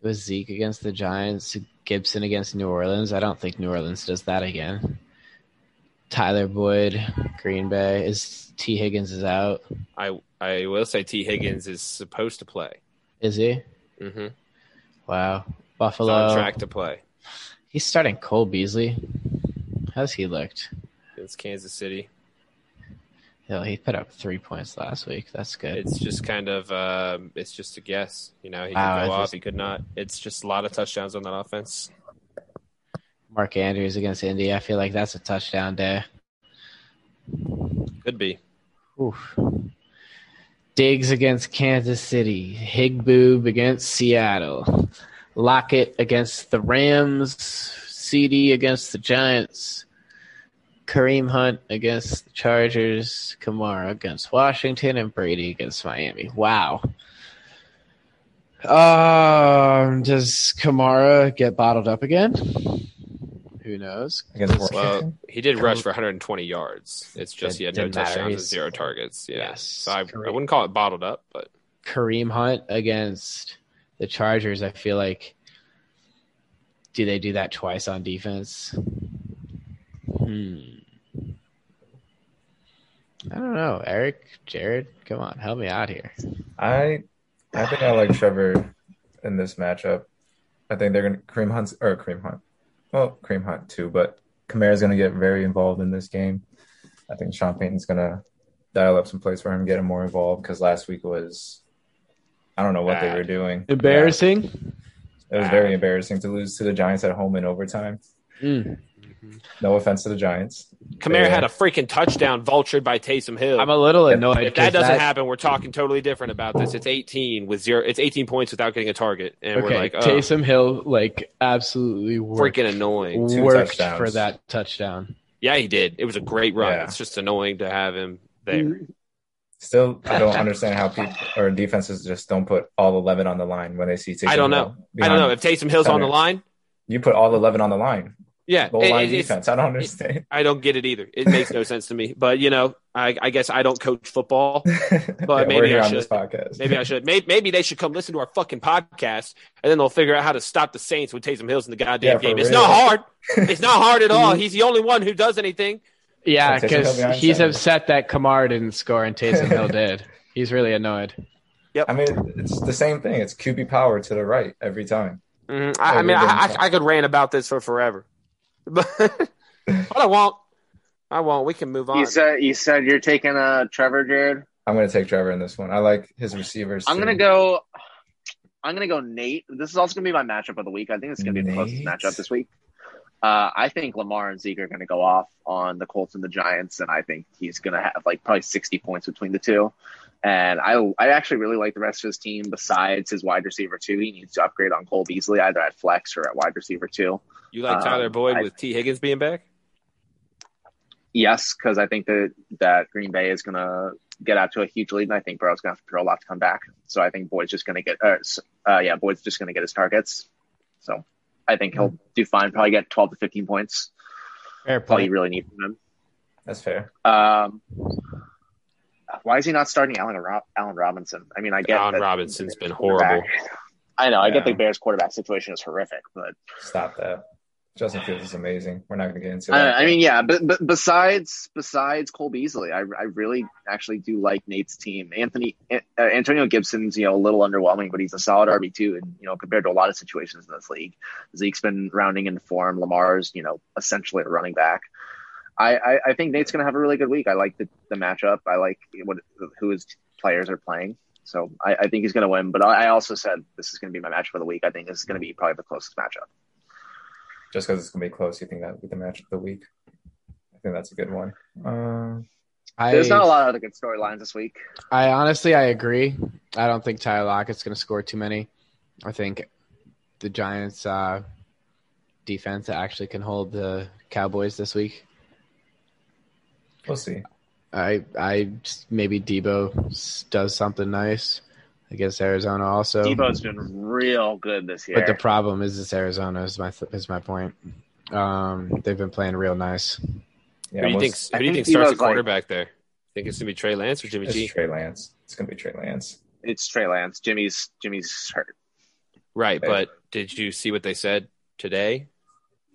was Zeke against the Giants. Gibson against New Orleans. I don't think New Orleans does that again. Tyler Boyd, Green Bay is T Higgins is out. I I will say T Higgins is supposed to play. Is he? Mm-hmm. Wow. He's Buffalo. on track to play. He's starting Cole Beasley. How's he looked? It's Kansas City. Hell, he put up three points last week. That's good. It's just kind of um, it's just a guess. You know, he could Wow, go I off, just- he could not. It's just a lot of touchdowns on that offense. Mark Andrews against Indy. I feel like that's a touchdown day. Could be. Oof. Diggs against Kansas City. Higboob against Seattle. Lockett against the Rams. CD against the Giants. Kareem Hunt against the Chargers. Kamara against Washington and Brady against Miami. Wow. Um, does Kamara get bottled up again? Who knows? Against Washington. Well, he did rush for 120 yards. It's It just he had no didn't matter. touchdowns and He's- zero targets. Yeah. Yes, So I, I correct. wouldn't call it bottled up, but Kareem Hunt against the Chargers, I feel like do they do that twice on defense? Hmm. I don't know, Eric, Jared, come on, help me out here. I I think I like Trevor in this matchup. I think they're gonna Kareem Hunt or Kareem Hunt. Well, Kareem Hunt too, but Kamara's gonna get very involved in this game. I think Sean Payton's gonna dial up some plays for him, get him more involved because last week was I don't know what they Bad. were doing. Embarrassing. Yeah, it was very embarrassing to lose to the Giants at home in overtime. Mm. No offense to the Giants. Kamara Yeah. had a freaking touchdown vultured by Taysom Hill. I'm a little annoyed. if that 'cause doesn't happen, we're talking totally different about this. It's 18 with zero. It's 18 points without getting a target, and okay, we're like, oh, Taysom Hill like absolutely worked, freaking annoying. Two worked touchdowns. for that touchdown. Yeah, he did. It was a great run. Yeah. It's just annoying to have him Mm-hmm. there. Still, I don't understand how people or defenses just don't put all eleven on the line when they see. Taysom I don't Hill know. I don't behind. know if Taysom Hill's on the Centers. line. You put all eleven on the line. Yeah, Goal it- line it- it's- defense. I don't understand. I don't get it either. It makes no sense to me. But you know, I, I guess I don't coach football. Yeah, maybe we're here I on this should. podcast. Maybe I should. Maybe, maybe they should come listen to our fucking podcast, and then they'll figure out how to stop the Saints with Taysom Hill's in the goddamn Yeah, for game. It's real. Mm-hmm. not hard. It's not hard at all. He's the only one who does anything. Yeah, So Taysom Hill because behind he's centers. upset that Kamara didn't score and Taysom Hill did. He's really annoyed. I mean, it's the same thing. It's QB power to the right every time. Mhm. I, I Every mean, damn I, time. I, I could rant about this for forever, but but I won't. I won't. We can move on. You said you said you're taking uh, Trevor, Jared. I'm going to take Trevor in this one. I like his receivers. I'm gonna too. go. I'm gonna go Nate. This is also gonna be my matchup of the week. I think it's gonna be the closest Nate. matchup this week. Uh, I think Lamar and Zeke are gonna go off on the Colts and the Giants, and I think he's gonna have like probably 60 points between the two. And I, I actually really like the rest of his team besides his wide receiver two. He needs to upgrade on Cole Beasley either at flex or at wide receiver two. you like Um, Tyler Boyd I- with T Higgins being back? Yes, because I think that that Green Bay is going to get out to a huge lead, and I think Burrow's going to have to throw a lot to come back. So I think Boyd's just going to get, uh, s- uh, yeah, Boyd's just going to get his targets. So I think he'll Mm-hmm. do fine. Probably get twelve to fifteen points. Fair That's all play. you really need from him. That's fair. Um, why is he not starting Allen Rob- Allen Robinson? I mean, I get Allen that Robinson's been quarterback- horrible. I know. I get Yeah. the Bears quarterback situation is horrific, but Stop that. Justin Fields is amazing. We're not going to get into that. I, I mean, yeah, but, but besides besides Cole Beasley, I, I really actually do like Nate's team. Anthony uh, Antonio Gibson's you know a little underwhelming, but he's a solid RB two, and you know compared to a lot of situations in this league, Zeke's been rounding in form. Lamar's you know essentially a running back. I, I, I think Nate's gonna have a really good week. I like the, the matchup. I like what who his players are playing. So I, I think he's gonna win. But I, I also said this is gonna be my match for the week. I think this is gonna be probably the closest matchup. just because it's going to be close, you think that would be the match of the week? I think that's a good one. Uh, I, There's not a lot of other good storylines this week. I honestly, I agree. I don't think Tyler Lockett's going to score too many. I think the Giants' uh, defense actually can hold the Cowboys this week. we'll see. I, I maybe Debo s- does something nice against Arizona also. Debo's been real good this year. But the problem is this Arizona is my is my point. Um, they've been playing real nice. who Yeah, do you we'll think? see. Who do you I think think starts Debo's at like- quarterback there? Think it's gonna be Trey Lance or Jimmy G? It's Trey Lance. It's going to be Trey Lance. it's Trey Lance. Jimmy's Jimmy's hurt. Right, Hey. but did you see what they said today?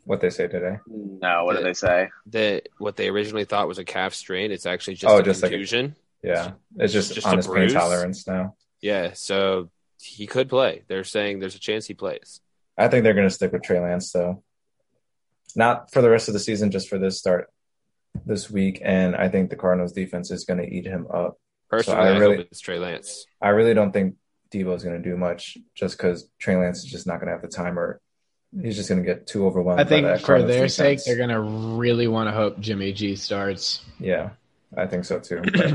What they say today? No, what Yeah. do they say? That what they originally thought was a calf strain, it's actually just Oh, a just like a- contusion. Yeah, it's just, Just a honest pain bruise? tolerance now. yeah, so he could play. They're saying there's a chance he plays. I think they're going to stick with Trey Lance though, not for the rest of the season, just for this start this week. And I think the Cardinals defense is going to eat him up. Personally, I I, really- hope it's Trey Lance. I really don't think Debo is going to do much just because Trey Lance is just not going to have the time or he's just going to get too overwhelmed. I by think that for uh, Cardinals their sake, defense. they're gonna really want to hope Jimmy G starts. Yeah, I think so too. But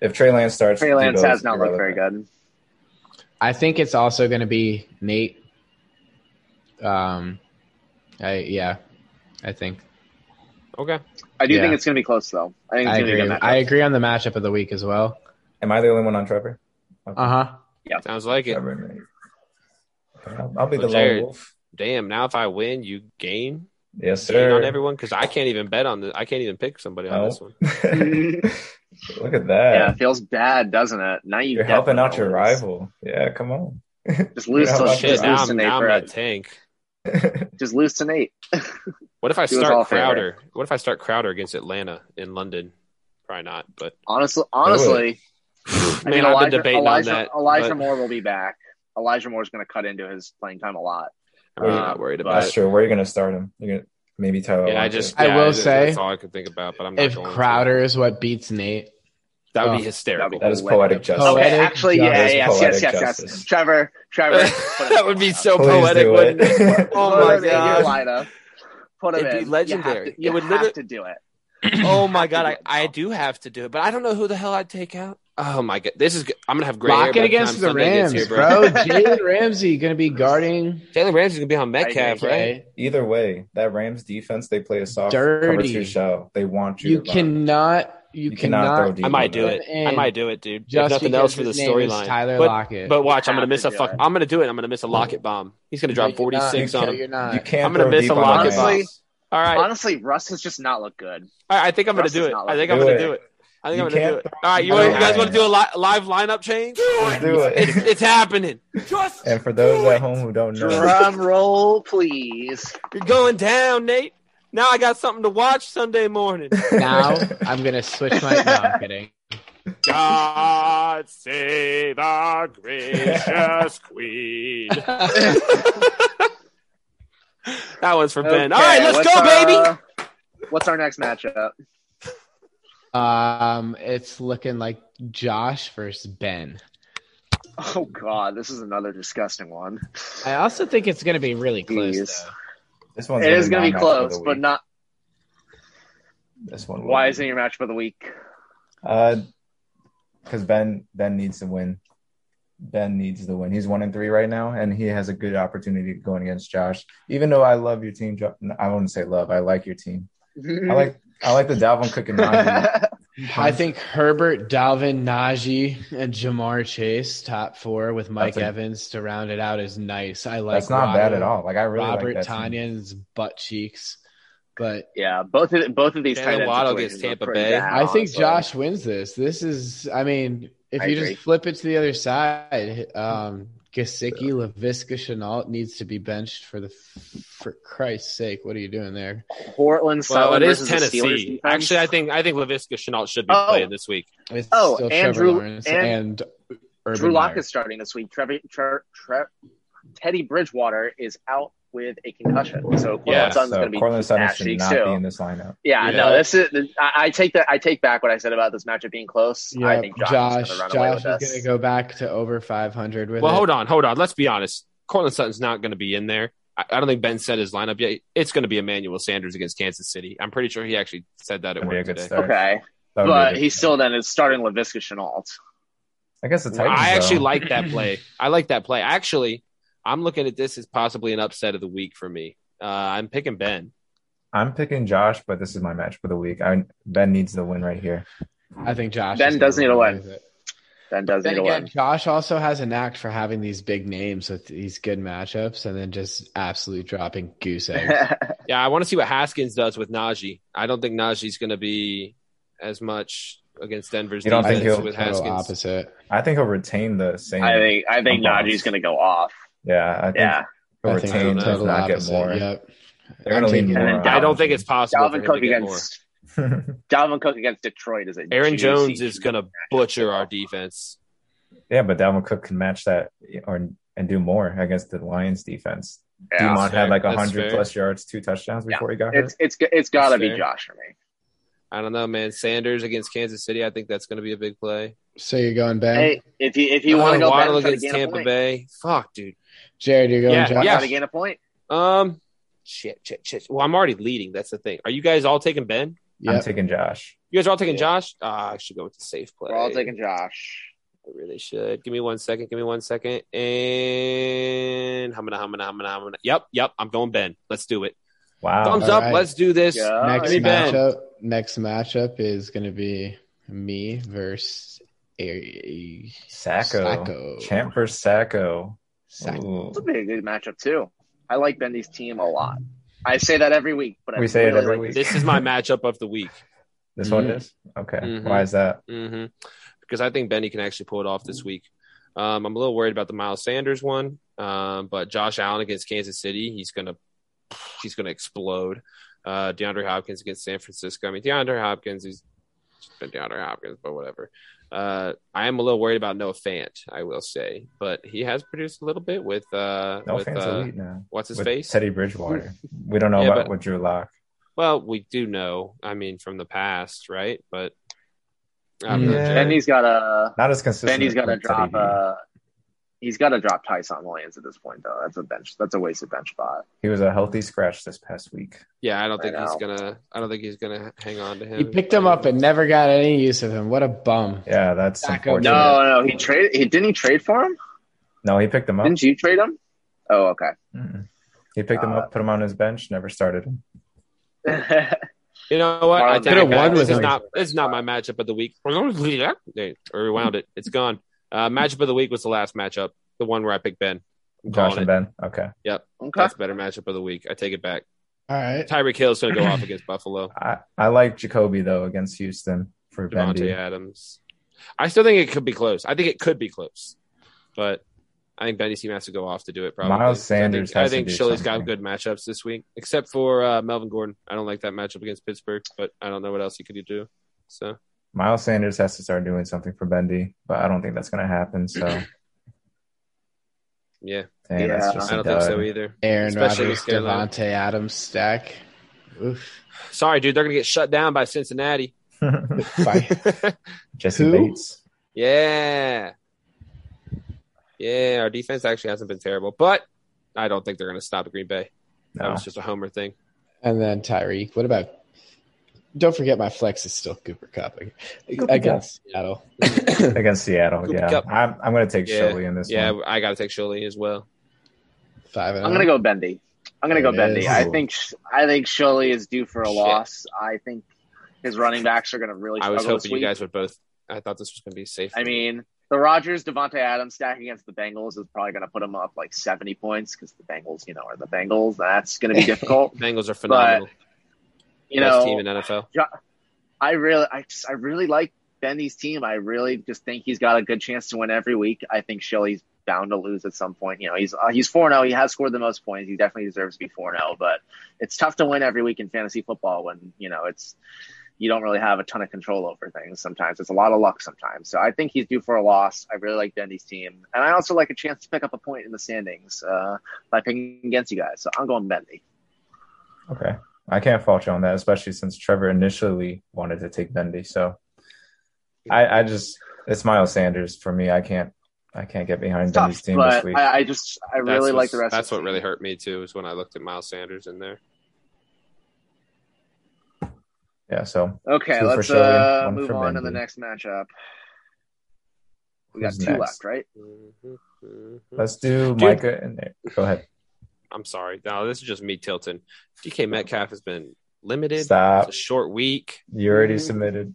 if Trey Lance starts, Trey Lance Debo's has not looked very irrelevant. good. I think it's also gonna be Nate. Um, I yeah, I think Okay. I do Yeah. think it's going to be close though. I think it's I going to be a agree. good matchup. I agree on the matchup of the week as well. Am I the only one on Trevor? Uh huh. Sounds like it. Trevor, right. Okay, I'll, I'll be Well, the Jared. lone wolf. Damn, now if I win, you gain, Yes, gain sir. on everyone because I can't even bet on the I can't even pick somebody on No. Oh. this one. Look at yeah, it that. feels bad, doesn't it? Now you You're helping out your definitely lose. rival. Yeah, come on. Just lose You're to helping just Shit, now lose to I'm, Nate. now I'm for a it. tank. Just lose to Nate. What if I Do us all a start favor. Crowder? What if I start Crowder against Atlanta in London? Probably not, but Honestly, honestly, I man, mean, I've Elijah, been debating Elijah, on that. Elijah but Moore will be back. Elijah Moore's going to cut into his playing time a lot. I'm really not worried about That's it. true. Where are you going to start him? You're going to maybe Tyler. Yeah, I Lockett. just I yeah, will that's- say, that's all I could think about. But I'm not If going to. Crowder is what beats Nate, that would Oh. be hysterical. That'd that is poetic justice. Poetic okay, actually, yeah, justice. yes, yes, Poetic yes, yes. justice. Trevor, Trevor, put it that would be in. so Please poetic. do Wouldn't it? it. Oh Put my it in your God. lineup. Put him It'd be in. You have legendary. to- It You would have literally- to do it. oh my god, I, it, I though. do have to do it, but I don't know who the hell I'd take out. Oh my god, this is g- I'm gonna have gray hair lock by it the against time the Sunday Rams, gets here, bro. Jalen Ramsey gonna be guarding. Jalen Ramsey's gonna be on Metcalf, right? Okay. Either way, that Rams defense, they play a soft cover Dirty. two shell. They want you. You to run. cannot. You, You cannot cannot. throw I might do Yeah. it. I And might do it, dude. If Just nothing because else for the his name is storyline. Tyler But, Lockett. but watch, I'm gonna Have miss to a do fuck. it. I'm gonna do it. I'm gonna miss a Locket bomb. He's gonna drop No, you're not. 46 on No, him. you're not. You can't. I'm gonna throw miss deep a on the Lockett Rams. bomb. Honestly, All right, Honestly, Russ has just not looked good. all right. I think I'm gonna Russ do is it. not I think I'm looking gonna good. do it. I think You I'm gonna do can't it. All right, you, throw want, you guys want to Lions. do a li- live lineup change? Let's do It's, it. it's happening. Just And for those at home who don't know, Drum roll, please. You're going down, Nate. Now I got something to watch Sunday morning. now I'm gonna switch my. No, I'm kidding. God save our gracious queen. that one's for Ben. All right, Okay, let's what's go, baby. our- uh, What's our next matchup? Um, it's looking like Josh versus Ben. Oh God, this is another disgusting one. I also think it's gonna be really close. Jeez. Though. this one's It is gonna going to be my match of the close, but week. not. This one. Why will isn't your match for the week? Uh, because Ben Ben needs to win. Ben needs the win. He's one and three right now, and he has a good opportunity going against Josh. Even though I love your team, Jo- I wouldn't say love. I like your team. I like I like the Dalvin Cook and Najee. I think Herbert, Dalvin, Najee, and Jamar Chase top four with Mike That's a- Evans to round it out is nice. I like That's not bad Waddle, at all. Like I really Robert like that team. Tanyan's butt cheeks, but yeah, both of both of these. Jalen tight end Waddle situations gets Tampa are pretty Bay. bad, I think honestly. Josh wins this. This is, I mean, if I you agree. just flip it to the other side, um, Gasicki, LaVisca Chenault needs to be benched for the for Christ's sake. What are you doing there? Portland. Well, Celtics it is versus the Steelers Tennessee. defense. Actually, I think I think Lavisca Chenault should be Oh. playing this week. It's Oh, still Andrew- Trevor Lawrence and, Urban Drew Lock Meyer. is starting this week. Trevor, Tre- Tre- Teddy Bridgewater is out with a concussion, so Cortland Yeah, Sutton's so going to be Cortland Sutton ass should cheeks not too. be in this lineup. Yeah, Yeah. no, this is. I, I take that. I take back what I said about this matchup being close. Yeah, I think Josh, Josh, is going to run away Josh with is this. going to go back to over 500 with Well, it. hold on, hold on. Let's be honest. Cortland Sutton's not going to be in there. I, I don't think Ben said his lineup yet. It's going to be Emmanuel Sanders against Kansas City. I'm pretty sure he actually said that at That'd be a work good today. start. Okay, That would be a but good- he's still then is starting Lavisca Chenault. I guess the Well, Titans. I actually though. like that play. I like that play. Actually, I'm looking at this as possibly an upset of the week for me. Uh, I'm picking Ben. I'm picking Josh, but this is my match for the week. I Ben needs the win right here. I think Josh. Ben is does gonna need a run win. with it. Then does Then need to again, win. Josh also has a knack for having these big names with these good matchups, and then just absolutely dropping goose eggs. Yeah, I want to see what Haskins does with Najee. I don't think Najee's going to be as much against Denver's You don't think defense he'll- with Total Haskins. opposite. I think he'll retain the same. I think I think I'm off. Najee's going to go off. yeah, I think Yeah, he'll I think retain, so, if total not get opposite, more. Yep. They're gonna I'm lean taking- more. And then on I don't think it's possible. for Um, Dalvin him Cook to get more. against Dalvin Cook against Detroit is a Aaron juicy- Jones is going to butcher our defense. yeah, but Dalvin Cook can match that or and do more against the Lions defense. Yeah. Dumont fair. had like That's 100 fair. plus yards, two touchdowns Yeah. before he got hurt. It's it's it's got to That's be fair. Josh for me. I don't know, man. Sanders against Kansas City. I think that's going to be a big play. So you're going Ben, Hey, if you if you want to Uh, go back Waddle and try to against gain a Tampa point, Bay. Fuck, dude. Jared. You're going Yeah, Josh. yeah. try to gain a point. Um, shit, shit, shit. Well, I'm already leading. That's the thing. Are you guys all taking Ben? I'm Yep. taking Josh. You guys are all taking Yeah. Josh? Ah, I should go with the safe play. We're all taking Josh. I really should. Give me one second. Give me one second. And I'm gonna, I'm gonna, I'm gonna, I'm gonna. Yep, yep. I'm going Ben. Let's do it. Wow. Thumbs all up. right. Let's do this. Yeah. next give me Ben. matchup. Next matchup is going to be me versus a Sacco. Sacco. Champ versus Sacco. Sack. Ooh. This will be a good matchup too. I like Bendy's team a lot. I say that every week, but I We say it really every like week. This is my matchup of the week. This Mhm. one is? Okay. Mhm. Why is that? Mm-hmm. Because I think Benny can actually pull it off this week. Um, I'm a little worried about the Miles Sanders one, um, but Josh Allen against Kansas City, he's gonna he's gonna explode. Uh, DeAndre Hopkins against San Francisco. I mean, DeAndre Hopkins, he's just been DeAndre Hopkins, but whatever. Uh, I am a little worried about Noah Fant, I will say, but he has produced a little bit with uh, No with fans uh, elite now. what's his With face? Teddy Bridgewater. We don't know Yeah, about but- with Drew Lock. Well, we do know. I mean, from the past, right? But um, I don't know, Yeah. it. Jared. Bendy's got a Not as consistent. Bendy's got to with drop. Teddy B. Uh, he's got to drop Tyson Williams at this point, though. That's a bench. That's a wasted bench spot. He was a healthy scratch this past week. Yeah, I don't I think he's know. gonna. I don't think he's gonna hang on to him. He picked him up and never got any use of him. What a bum. Yeah, that's Sacco, unfortunate. No, no, he traded. He didn't he trade for him. No, he picked him up. Didn't you trade him? Oh, okay. Mm-mm. He picked him Uh, up, put him on his bench, never started him. You know what? Marlon I could've think won this with is him. not. This is not my matchup of the week. They rewound it. It's gone. Uh, matchup of the week was the last matchup, the one where I picked Ben. I'm Josh calling and it. Ben. Okay. Okay. That's better matchup of the week. I take it back. All right. Tyreek Hill's gonna go off against Buffalo. I, I like Jacoby though against Houston for Bendy. Devontae Adams. I still think it could be close. I think it could be close, but I think Benny team has to go off to do it. Probably. Miles Sanders I has to think, I think do Shilly's got something. good matchups this week, except for uh, Melvin Gordon. I don't like that matchup against Pittsburgh, but I don't know what else he could do. So Miles Sanders has to start doing something for Bendy, but I don't think that's going to happen. So, dang, yeah, that's Yeah. just I a don't think dud. so either. Aaron Rodgers, Especially against Carolina. Devontae Adams stack. Oof. Sorry, dude, they're gonna get shut down by Cincinnati. By- Jesse Who? Bates. yeah, yeah. Our defense actually hasn't been terrible, but I don't think they're gonna stop Green Bay. That No. was just a homer thing. and then Tyreek. What about? Don't forget my flex is still Cooper Cup ag- Cooper against Seattle. Against Seattle. Cooper yeah. Kupp. I'm, I'm going to take Yeah. Shilly in this Yeah, one. I gotta take Shilly as well. Five. And oh. I'm gonna go Bendy. I'm gonna go It Bendy. is. I think I think Shuley is due for a Shit. loss. I think his running backs are gonna really. I Struggle was hoping this you week. guys would both. I thought this was gonna be safe. I mean, the Rogers Devonte Adams stack against the Bengals is probably going to put him up like 70 points because the Bengals, you know, are the Bengals. That's going to be difficult. Bengals are phenomenal. you Best know, team in NFL. I really, I, just- I really like Benny's team. I really just think he's got a good chance to win every week. I think Shelley's bound to lose at some point. You know, he's uh, he's four zero. He has scored the most points. He definitely deserves to be four zero. But it's tough to win every week in fantasy football when you know it's you don't really have a ton of control over things. Sometimes it's a lot of luck. Sometimes, so I think he's due for a loss. I really like Dendy's team, and I also like a chance to pick up a point in the standings uh, by picking against you guys. So I'm going Bendy. Okay. I can't fault you on that, especially since Trevor initially wanted to take Bendy. So I, I just it's Miles Sanders for me. I can't I can't get behind It's tough, Bendy's team this but week. I, I just I really That's like what's- the rest. That's of what really hurt me too. Is when I looked at Miles Sanders in there. yeah, so Okay, Two for let's Sherry, uh, one move for on to Mendy. the next matchup. We got Who's two next? left, right? Mm-hmm. let's do Micah and go ahead. I'm sorry. No, this is just me tilting. DK Metcalf has been limited. It's Stop. a short week. You already Mm-hmm. submitted.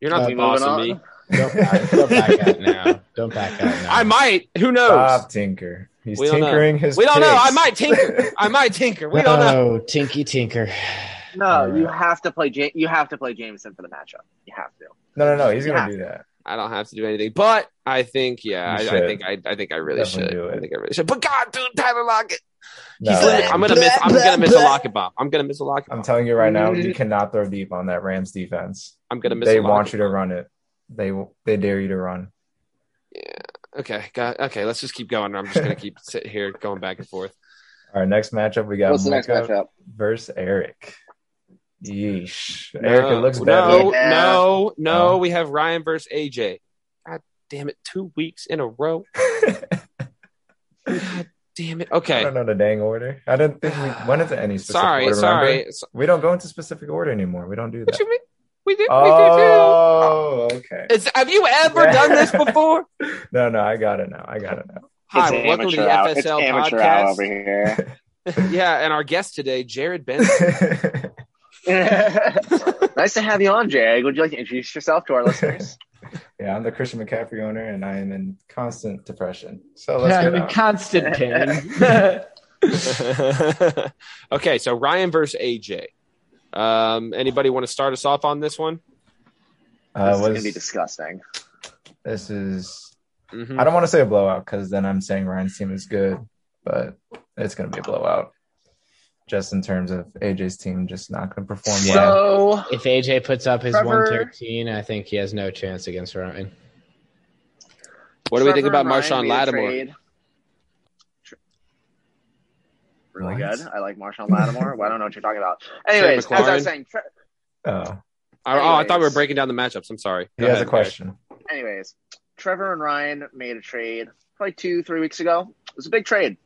You're not Uh, the we boss moving of on? me. Don't back, don't back out now. Don't back out now. I might. Who knows? Stop Tinker. He's We don't know. tinkering his we don't know. picks. I might tinker. I might tinker. We don't know. Oh, Tinky Tinker. No, All you right. have to play. Ja- you have to play Jameson for the matchup. You have to. No, no, no. He's gonna Yeah. do that. I don't have to do anything, but I think, yeah, I, You I should. think I, I think I really Definitely do should. I it. think I really should. But God, dude, Tyler Lockett. No, He's like, I'm gonna miss. I'm gonna miss a Lockett bomb. I'm gonna miss a Lockett I'm bomb. telling you right now, you cannot throw deep on that Rams defense. I'm gonna miss. They a want Lockett you to bomb. run it. They they dare you to run. Okay, God, okay. Let's just keep going. I'm just gonna keep sit here going back and forth. All right, next matchup we got What's the next Micah matchup? versus Eric. Yeesh. No, Eric, it looks no, bad. No, Yeah. no, Oh. We have Ryan versus AJ. God damn it! Two weeks in a row. God damn it. I Okay. don't know the dang order. I didn't think we went into any specific Sorry, order. sorry. remember? We don't go into specific order anymore. We don't do What that. you mean? We did. We Oh, okay. did too. Is, have you ever Yeah. done this before? No, no, I got it now. I got it now. Hi, welcome to the amateur hour. It's FSL amateur hour over podcast. here. Yeah, and our guest today, Jared Benson. nice to have you on, Jay. Would you like to introduce yourself to our listeners? yeah, I'm the Christian McCaffrey owner, and I am in constant depression. So let's I'm get in out. constant pain. okay, so Ryan versus AJ. Um, anybody want to start us off on this one? Uh, this is gonna be was, disgusting. this is. Mhm. I don't want to say a blowout because then I'm saying Ryan's team is good, but it's going to be a blowout. Just in terms of AJ's team, just not going to perform well. So if AJ puts up his Trevor- 113, I think he has no chance against Ryan. What do we think Trevor about and Ryan Marshawn made a Lattimore? trade. Tr- Really What? good. I like Marshawn Lattimore. well, I don't know what you're talking about. Anyways, as I McLaurin. was saying, Tre- Oh, Oh, oh, I thought we were Anyways. breaking down the matchups. I'm sorry. he Go has ahead, a question. anyways, Trevor and Ryan made a trade probably two, three weeks ago. It was a big trade.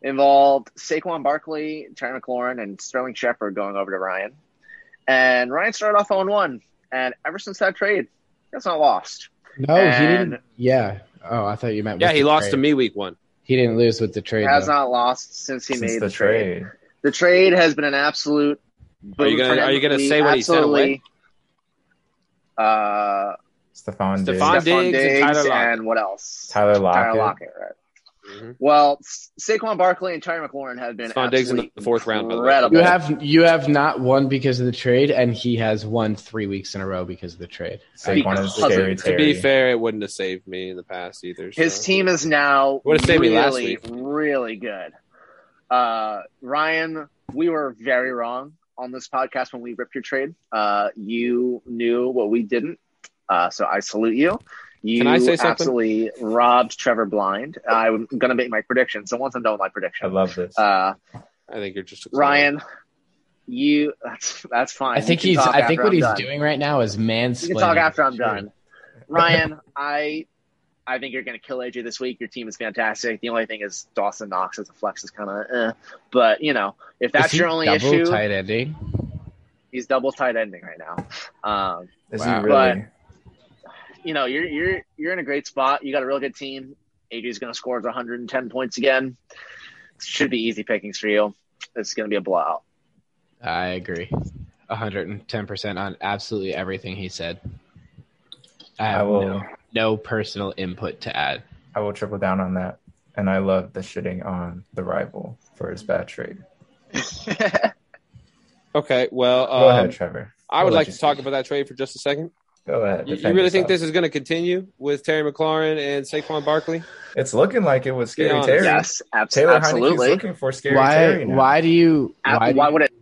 Involved Saquon Barkley, Terry McLaurin, and Sterling Shepard going over to Ryan. And Ryan started off 0 1. And ever since that trade, that's not lost. No, he And- didn't. Yeah. Oh, I thought you meant. Eric. Yeah, with he the lost to trade. me week one. He didn't lose with the trade. has though. not lost since he Since made the trade. The trade has been an absolute. Are you gonna- are you gonna boot for him. say what he sent away? Absolutely, Uh, Stefan Diggs, Stephon Stephon Diggs Diggs, and Tyler and, Lockett. what else? Tyler Lockett. Tyler Lockett, right? Mm-hmm. Well, Sa- Saquon Barkley and Terry McLaurin have been Stephon Diggs in the absolutely fourth round, by the way. Incredible. You have you have not won because of the trade, and he has won three weeks in a row because of the trade. Saquon is scary. Cousins. To Terry. be fair, it wouldn't have saved me in the past either. so. His team is now Would've saved me last really, week. really good. Uh, Ryan, we were very wrong on this podcast when we ripped your trade. Uh, you knew what we didn't, uh, so I salute you. You Can I say something? absolutely robbed Trevor blind. I'm going to make my prediction. So once I'm done with my I prediction, love this. I uh, think you're just a clown. Ryan, you that's that's fine. I think You he's. can talk I think after what I'm he's done. doing right now is mansplaining. You can talk after I'm done. Ryan, I I think you're going to kill AJ this week. Your team is fantastic. The only thing is Dawson Knox as a flex is kind of eh. But, you know, if that's Is he your only double issue, Tight ending. he's double tight ending right now. Um, Is Wow. he really? you know, you're you're you're in a great spot. You got a real good team. AJ's going to score 110 points again. Should be easy pickings for you. It's going to be a blowout. I agree, 110 percent on absolutely everything he said. I have I will. no, no personal input to add. I will triple down on that. And I love the shitting on the rival for his bad trade. Okay, well, Go um, ahead, Trevor. I would I'll let like you to talk speak. about that trade for just a second. Go ahead. You, you defend really think yourself. this is going to continue with Terry McLaurin and Saquon Barkley? It's looking like it was Be scary honest. Terry. Yes, abs- Taylor Heineke's absolutely. looking for scary Why? Terry now. Why do you? Ab- Why, do why you would it?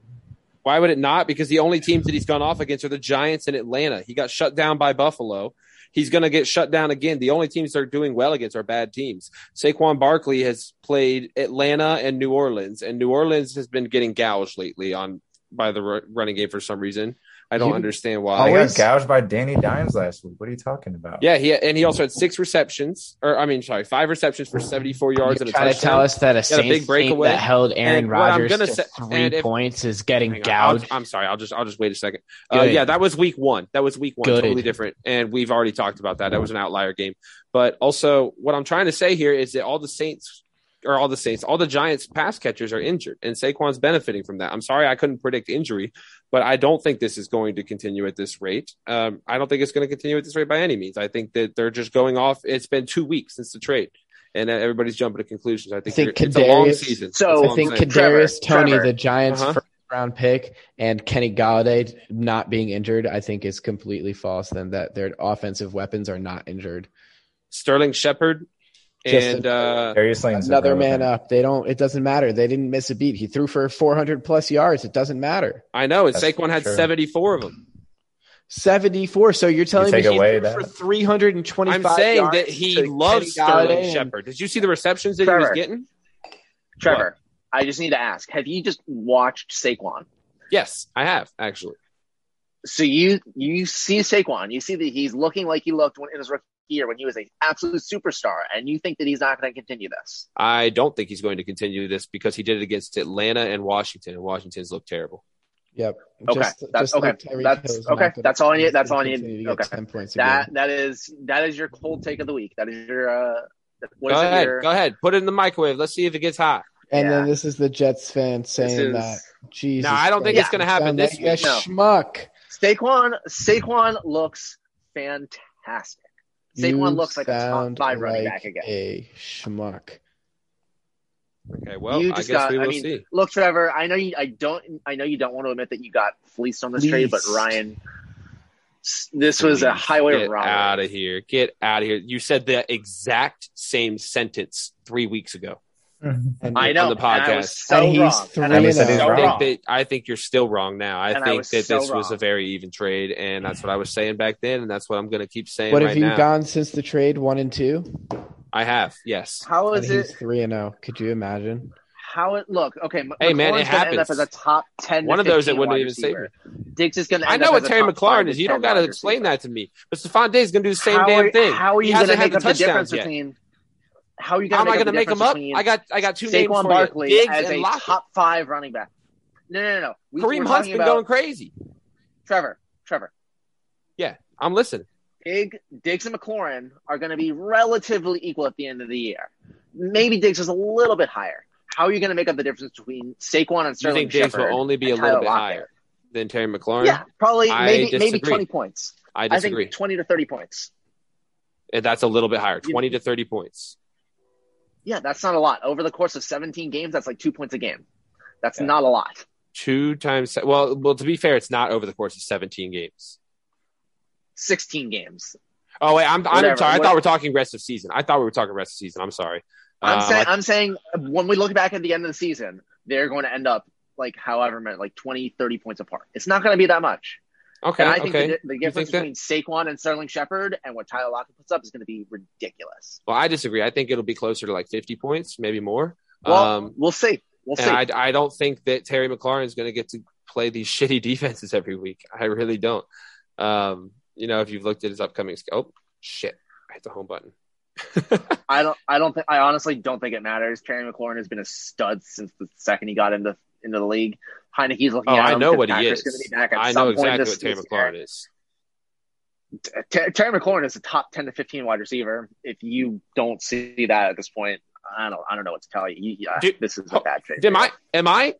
Why would it not? Because the only teams that he's gone off against are the Giants and Atlanta. He got shut down by Buffalo. He's going to get shut down again. The only teams that are doing well against are bad teams. Saquon Barkley has played Atlanta and New Orleans, and New Orleans has been getting gouged lately on by the ru- running game for some reason. I don't You- understand I why. Always- got gouged by Danny Dimes last week. What are you talking about? Yeah, he and he also had six receptions, or I mean, sorry, five receptions for seventy-four yards You're and a trying to touchdown. tell us that a Got a big Saints team breakaway. that held Aaron And what I'm Rodgers gonna to say- three and if- points is getting Hang on, I'll- gouged? I'm sorry. I'll just I'll just wait a second. Uh, Good. yeah, that was week one. That was week one. Good. Totally different. And we've already talked about that. That was an outlier game. But also, what I'm trying to say here is that all the Saints or all the Saints, all the Giants pass catchers are injured, and Saquon's benefiting from that. I'm sorry I couldn't predict injury, but I don't think this is going to continue at this rate. Um, I don't think it's going to continue at this rate by any means. I think that they're just going off. It's been two weeks since the trade, and everybody's jumping to conclusions. I think, I think you're- it's a long Kadarius- season. So- That's all I I'm think saying. Kadarius Trevor, Tony, Trevor. the Giants' Uh-huh. first round pick, and Kenny Galladay not being injured, I think is completely false. Then that their offensive weapons are not injured. Sterling Shepard Just and a- uh, Darius Slayton's Another man irrelevant. up. They don't. It doesn't matter. They didn't miss a beat. He threw for 400 plus yards. It doesn't matter. I know. And That's Saquon had true. 74 of them. 74. So you're telling me take he away threw for that. 325. I'm saying yards that to he Kenny loves Sterling Galladay and- Shepard. Did you see the receptions that he was Trevor. getting? Trevor, I just need to ask: Have you just watched Saquon? Yes, I have actually. So you you see Saquon, you see that he's looking like he looked when, in his rookie year when he was an absolute superstar, and you think that he's not going to continue this? I don't think he's going to continue this because he did it against Atlanta and Washington, and Washington's looked terrible. Yep. Okay, that's- okay, Tyreek that's- Hill's not okay, gonna- that's all I need- that's all I continue need. to get Okay. 10 points a That game. that is that is your cold take of the week. That is your uh, what Go is it, ahead, your- go ahead, put it in the microwave. Let's see if it gets hot. And then yeah. this is the Jets fan this saying that. is- Jesus. No, I don't think Christ, it's gonna you happen sound this like a week. No. schmuck. Saquon Saquon looks fantastic. Saquon You looks like a top sound five running like back again. A schmuck. Okay, well, You I guess just got- we I will mean, see. Look, Trevor, I know you. I don't. I know you don't want to admit that you got fleeced on this trade, but Fleeced. Ryan, s- this was a highway Get robbery. out of here. Get out of here. You said the exact same sentence three weeks ago. And I know on the podcast. And I was so And he's wrong. And I three was and oh. so I wrong. think that I think you're still wrong now. I And I think was that so this was wrong. a very even trade, and that's what I was saying back then, and that's what I'm going to keep saying what right have you now. gone since the trade? One and two? I have, yes. How And is he's it? three and oh. Could you imagine? How it look? Okay, M- Hey, man, McLaurin's it gonna end up happens. as a top ten. One to of those that 15 wouldn't wide even save receiver. Diggs is going to. I know what Terry McLaurin is. You don't got to explain that to me. But Stephon Day is going to do the same how damn are, thing. How are He you going hasn't to had make up the touchdowns difference yet. between? How are you How going am I going to to make them them up? I got I got two names Saquon for Barkley you: as Diggs a and Lockett. top five running back. No, no, no. no. We, we're Kareem Hunt's talking been about going crazy. Trevor. Trevor. I'm listening. Dig, Diggs and McLaurin are going to be relatively equal at the end of the year. Maybe Diggs is a little bit higher. How are you going to make up the difference between Saquon and Do you Sterling think Diggs Shepard will only be a and little Tyler bit Lockett? higher than Terry McLaurin? Yeah, probably I maybe maybe disagree. twenty points. I I disagree. think twenty to thirty points. That's a little bit higher, You- twenty to thirty points. Yeah, that's not a lot. Over the course of seventeen games, that's like two points a game. That's Yeah. not a lot. Two times. se- Well, well. To be fair, it's not over the course of seventeen games. Sixteen games. Oh wait, I'm, I'm Whatever, sorry. I what- thought we were talking rest of season. I thought we were talking rest of season. I'm sorry. I'm Um, saying I'm saying when we look back at the end of the season, they're going to end up like however many like 20, 30 points apart. It's not going to be that much. okay, and I think okay. the, the difference that- between Saquon and Sterling Shepard and what Tyler Lockett puts up is going to be ridiculous. well, I disagree. I think it'll be closer to like 50 points, maybe more. Well, um, we'll see. We'll see. and I, I don't think that Terry McLaurin is going to get to play these shitty defenses every week. I really don't. Um, you know, if you've looked at his upcoming, sch- oh shit, I hit the home button. I don't. I don't think. I honestly don't think it matters. Terry McLaurin has been a stud since the second he got into into the league. Heineke's looking. Oh, at I him know because what he Packers is. gonna be back at I some know point exactly this- what Terry this McLaurin year. is. Ter- Terry McLaurin is a top ten to fifteen wide receiver. If you don't see that at this point, I don't. I don't know what to tell you. you yeah, Dude, this is oh, a bad trade. Am I? Am I?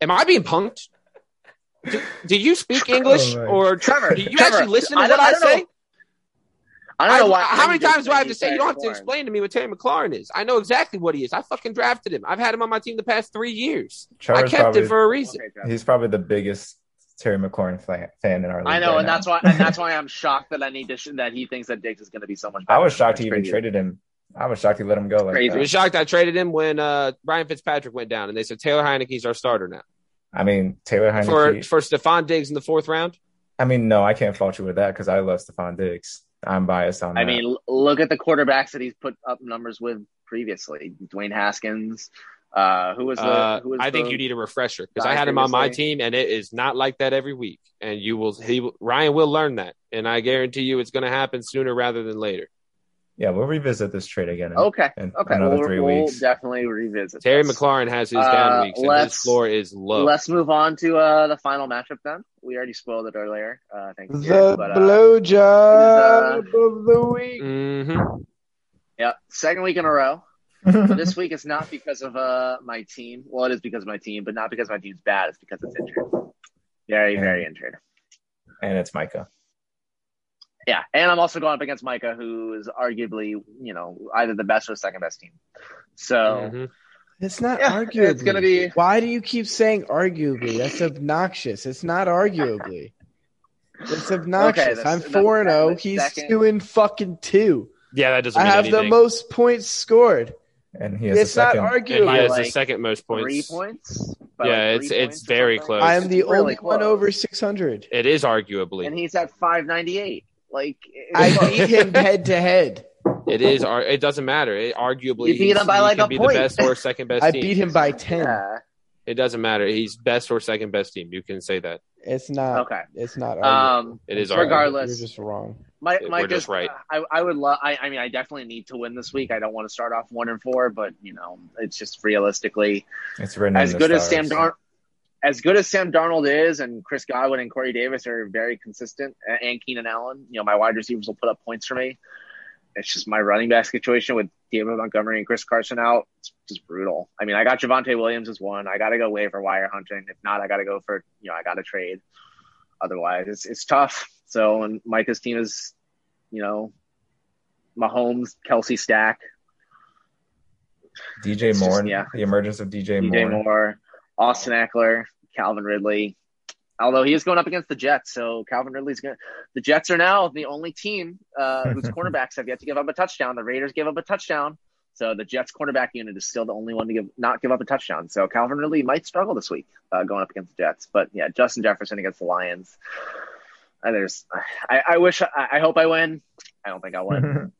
Am I being punked? Do, do you speak English my- or do Trevor? you Trevor, actually listen to I what don't- I, I don't know. say? I don't know I- why. How many I'm just times do I have to thinking say? You Terry don't have to McLaurin. explain to me what Terry McLaurin is. I know exactly what he is. I fucking drafted him. I've had him on my team the past three years. I Trevor's kept probably, him for a reason. Okay, Trevor. he's probably the biggest Terry McLaurin fan, fan in our league. I know, right and now. that's why and that's why I'm shocked that I need to sh- that he thinks that Diggs is going to be so much. I better was than shocked him. he even Crazy. traded him. I was shocked he let him go like Crazy. I that. was shocked I traded him when uh, Ryan Fitzpatrick went down, and they said Taylor Heineke's our starter now I mean, Taylor for Heineke. for Stephon Diggs in the fourth round. I mean, no, I can't fault you with that because I love Stephon Diggs. I'm biased on that. I mean, l- look at the quarterbacks that he's put up numbers with previously. Dwayne Haskins. Uh, who was the? Uh, who was I think the- you need a refresher because guy I had him on my previously? team, and it is not like that every week. And you will he will- Ryan will learn that, and I guarantee you it's going to happen sooner rather than later. yeah, we'll revisit this trade again. in- Okay. in Oh, Okay. Another we'll, 3 we'll weeks. definitely revisit. Terry this. McLaurin has his Uh, down weeks, and his let's- floor is low. Let's move on to uh, the final matchup then. We already spoiled it earlier. Uh, thanks. The Jared, but, uh, blowjob it uh, of the week. hmm yeah, second week in a row. But this week it's not because of uh, my team. Well, it is because of my team, but not because my team's bad. It's because it's injured. Very, very injured. and it's Micah. Yeah, and I'm also going up against Micah, who is arguably, you know, either the best or second best team. So mm-hmm. It's not yeah, Mm-hmm. arguably. it's gonna be. Why do you keep saying arguably? That's obnoxious. It's not arguably. It's Okay, obnoxious. that's- I'm that's- four and zero. that's He's second. two and fucking two. Yeah, that doesn't I mean have anything. the most points scored. And he has It's a not second. and he by, has arguably. the like, second most points. Three points. by, Yeah, like, three it's- it's points or very something. close. I am the It's really only one close. over six hundred. It is arguably. and he's at 598. Like it- I it's beat him head to head. It is. ar- It doesn't matter. It arguably You beat he's- him by, he like, can a be point. the best or second best. I team. beat him by ten. yeah. It doesn't matter. He's best or second best team. You can say that. It's not. Okay. It's not. Arguably. Um, It is Sorry, arguably. regardless. You're just wrong. my, We're my just right. I, I would love. I, I mean, I definitely need to win this week. I don't want to start off one and four, but you know, it's just realistically It's written in as the good as stars. Sam Darn. As good as Sam Darnold is, and Chris Godwin and Corey Davis are very consistent, a- and Keenan Allen, you know, my wide receivers will put up points for me. It's just my running back situation with David Montgomery and Chris Carson out. It's just brutal. I mean, I got Javante Williams as one. I got to go waiver wire hunting. If not, I got to go for, you know, I got to trade. Otherwise, it's, it's tough. So, and Micah's team is, you know, Mahomes, Kelsey Stack, DJ It's just- Moore. yeah. The emergence of DJ, DJ Moore. Moore, Austin Eckler, Calvin Ridley. Although he is going up against the Jets, so Calvin Ridley's going. to The Jets are now the only team uh, whose cornerbacks have yet to give up a touchdown. The Raiders gave up a touchdown, so the Jets cornerback unit is still the only one to give not give up a touchdown. So Calvin Ridley might struggle this week uh, going up against the Jets. But yeah, Justin Jefferson against the Lions. Uh, there's, I, I wish, I, I hope I win. I don't think I'll win.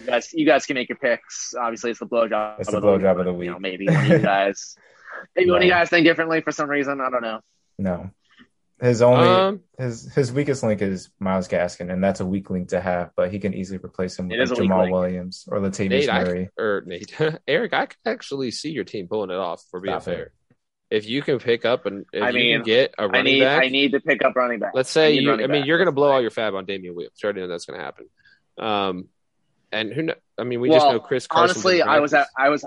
You guys, you guys can make your picks. Obviously, it's the blowjob. It's the of week, blowjob of the but, You know, week. maybe one of you guys, maybe one of you No. guys think differently for some reason. I don't know. no. His only um, his his weakest link is Miles Gaskin, and that's a weak link to have, but he can easily replace him It with is a like, weak Jamal link. Williams or Latavius Nate, I- Murray. or Nate, Eric, I could actually see your team pulling it off. For being Stop it. fair, if you can pick up and if I you mean, can get a running I need, back, I need to pick up running back. let's say need you. I running mean, back. you're going to blow all your fab on Damian Williams. You already know that's going to happen. Um, and who? Know, I mean, we just Well, know Chris. Carson honestly, didn't I was at, practice. I was,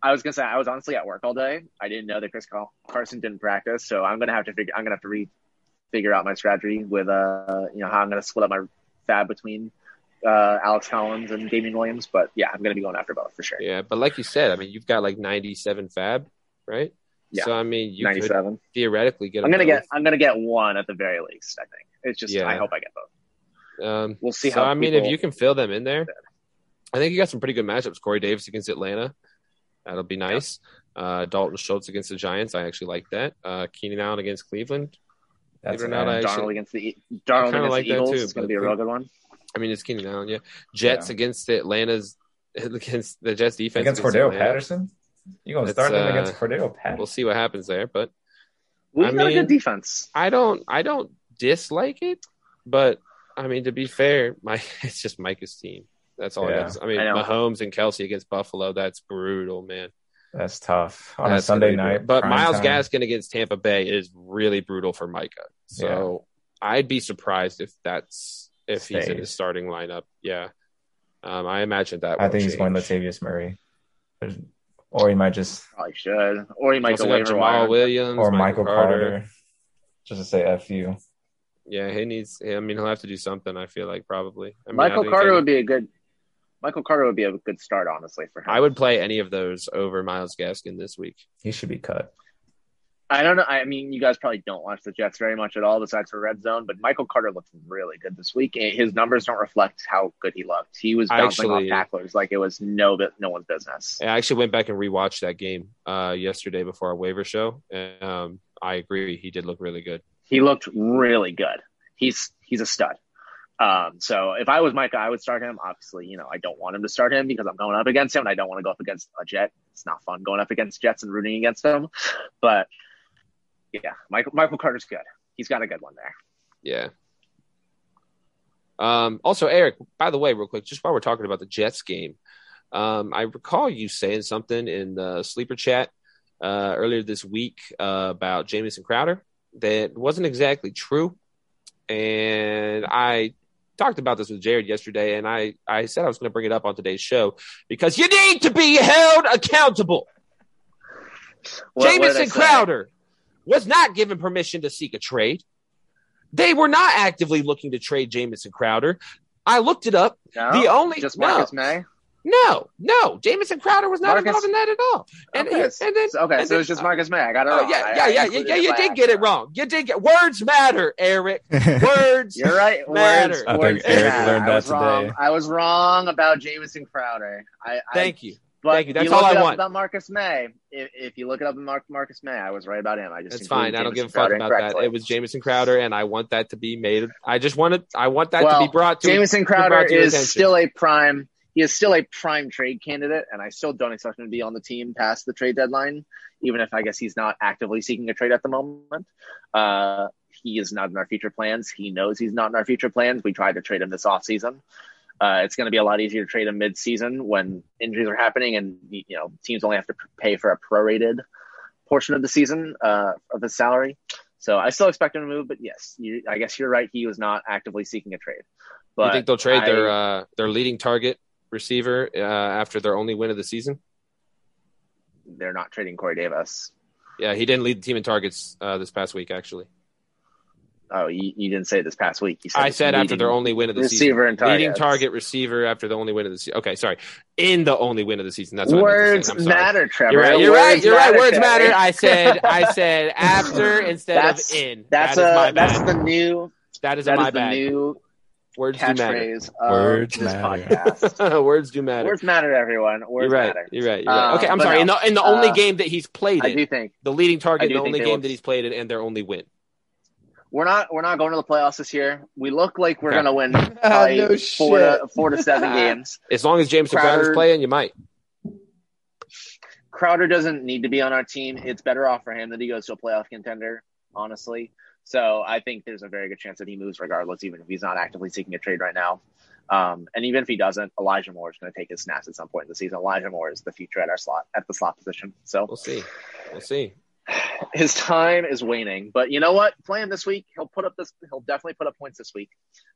I was gonna say I was honestly at work all day. I didn't know that Chris Car- Carson didn't practice, so I'm gonna have to figure, I'm gonna have to re figure out my strategy with, uh, you know, how I'm gonna split up my fab between. Uh, Alex Collins and Damien Williams, but yeah, I'm going to be going after both for sure. Yeah, but like you said, I mean, you've got like 97 fab, right? Yeah. So I mean, you could 97. theoretically get. I'm them gonna both. get I'm gonna get one at the very least. I think it's just Yeah. I hope I get both. Um, We'll see so, how I mean, people- if you can fill them in there, I think you got some pretty good matchups. Corey Davis against Atlanta, that'll be nice. Uh, Dalton Schultz against the Giants, I actually like that. Uh, Keenan Allen against Cleveland. That's uh, Believe it or not, an- I actually- Darnold against the E- Darnold kinda against like the that Eagles too, is gonna but be a who- real good one. I mean, it's Keenan Allen, yeah. Jets Yeah. against Atlanta's against the Jets defense against Cordell Atlanta. Patterson. You gonna That's, start them uh, against Cordell Patterson? We'll see what happens there, but We I got a mean- good defense. I don't, I don't dislike it. But I mean, to be fair, my it's just Micah's team. That's all I Yeah. got. to say. I mean, I know. Mahomes and Kelsey against Buffalo. That's brutal, man. That's tough on a That's gonna Sunday be brutal. night. But prime Miles time. Gaskin against Tampa Bay is really brutal for Micah. So I'd be surprised if that's if he's in Stays. the starting lineup. Yeah. Um, I imagine that. I will think he's going change. Latavius Murray, There's- or he might just Probably should. Or you might Also go got waiver Jamal wire. Williams or Michael Carter. Just to say f you. Yeah, he needs. I mean, he'll have to do something. I feel like probably. I mean, Michael I think Carter any- would be a good Michael Carter would be a good start, honestly, for him. I would play any of those over Miles Gaskin this week. He should be cut. I don't know. I mean, you guys probably don't watch the Jets very much at all, besides for Red Zone. But Michael Carter looked really good this week. And His numbers don't reflect how good he looked. He was I bouncing actually- off tacklers like it was no bit, no one's business. I actually went back and rewatched that game uh, yesterday before our waiver show. And, um, I agree. He did look really good. He looked really good. He's he's a stud. Um, so if I was Micah, I would start him. Obviously, you know, I don't want him to start him because I'm going up against him, and I don't want to go up against a Jet. It's not fun going up against Jets and rooting against them. But yeah, Michael Michael Carter's good. He's got a good one there. Yeah. Um, also, Eric, by the way, real quick, just while we're talking about the Jets game, um, I recall you saying something in the sleeper chat uh, earlier this week uh, about Jamison Crowder that wasn't exactly true. And I talked about this with Jared yesterday, and I, I said I was going to bring it up on today's show because you need to be held accountable. What- what did I Jamison say? Crowder was not given permission to seek a trade. They were not actively looking to trade Jamison Crowder. I looked it up. No? the only just no, Marcus May. no, no, Jamison Crowder was not Marcus- involved in that at all. And, okay, and then, so- okay, and so then- it's just Marcus May. I got it. oh wrong. yeah, I- yeah, yeah, I yeah, included yeah. You by did get it accident. wrong. You did get words matter, Eric. Words. You're right. Matter. Words, I think words Eric matter. learned I was that wrong. today. I was wrong about Jamison Crowder. I, I Thank you. but thank you. That's look all I it up want. about Marcus May. If, if you look it up in Mark, Marcus May, I was right about him. I just That's included fine. I don't give a Jamison fuck Crowder about that. incorrectly. It was Jamison Crowder, and I want that to be made. I just want it. I want that Well, to be brought to Jamison brought Crowder to your is attention. still a prime. He is still a prime trade candidate, and I still don't expect him to be on the team past the trade deadline. Even if I guess he's not actively seeking a trade at the moment, uh, he is not in our future plans. He knows he's not in our future plans. We tried to trade him this offseason. Uh, it's going to be a lot easier to trade him mid-season when injuries are happening, and you know teams only have to pay for a prorated portion of the season uh, of his salary. So I still expect him to move, but yes, you, I guess you're right. He was not actively seeking a trade. But you think they'll trade their I- uh, their leading target receiver uh, after their only win of the season? they're not trading Corey Davis. Yeah, he didn't lead the team in targets uh, this past week. Actually, Oh, you, you didn't say this past week. You said I said after their only win of the season, receiver and target. leading target receiver after the only win of the season. Okay, sorry, in the only win of the season. That's what words I meant to say. I'm sorry. matter, Trevor. You're right. You're right. You're right. Words Trevor. matter. I said. I said after instead of That's- in. That's that is my a that's bad. uh, the new that is, that my is the bad. new Words do matter. catchphrase of Words this matter. podcast. Words do matter. Words matter, everyone. you're Words right. matter. You're right. You're right. Um, Okay, I'm but sorry. no, in the in the only uh, game that he's played I in, do think the leading I target, do the think only they game will- that he's played in, and their only win. we're not we're not going to the playoffs this year. We look like we're Okay. gonna win probably No four to four to seven games. As long as Jameson Crowder's Crowder- playing, you might. Crowder doesn't need to be on our team. It's better off for him that he goes to a playoff contender, honestly. So I think there's a very good chance that he moves regardless, even if he's not actively seeking a trade right now. Um, and even if he doesn't, Elijah Moore is going to take his snaps at some point in the season. Elijah Moore is the future at our slot at the slot position. So We'll see. We'll see. his time is waning. But you know what? Play him this week. He'll put up this. He'll definitely put up points this week.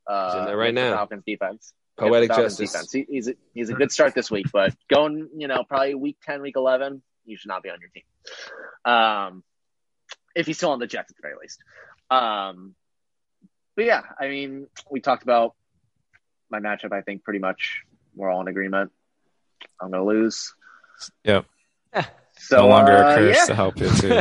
Uh, He's in there right against the now. Falcons defense. Against Poetic the Falcons justice. defense. He, he's a, he's a good start this week, but going you know probably week ten, week eleven, you should not be on your team. Um, if he's still on the Jets at the very least. Um, but yeah, I mean, we talked about my matchup. I think pretty much we're all in agreement. I'm gonna lose. Yep. So no longer uh, a curse yeah. to help you too.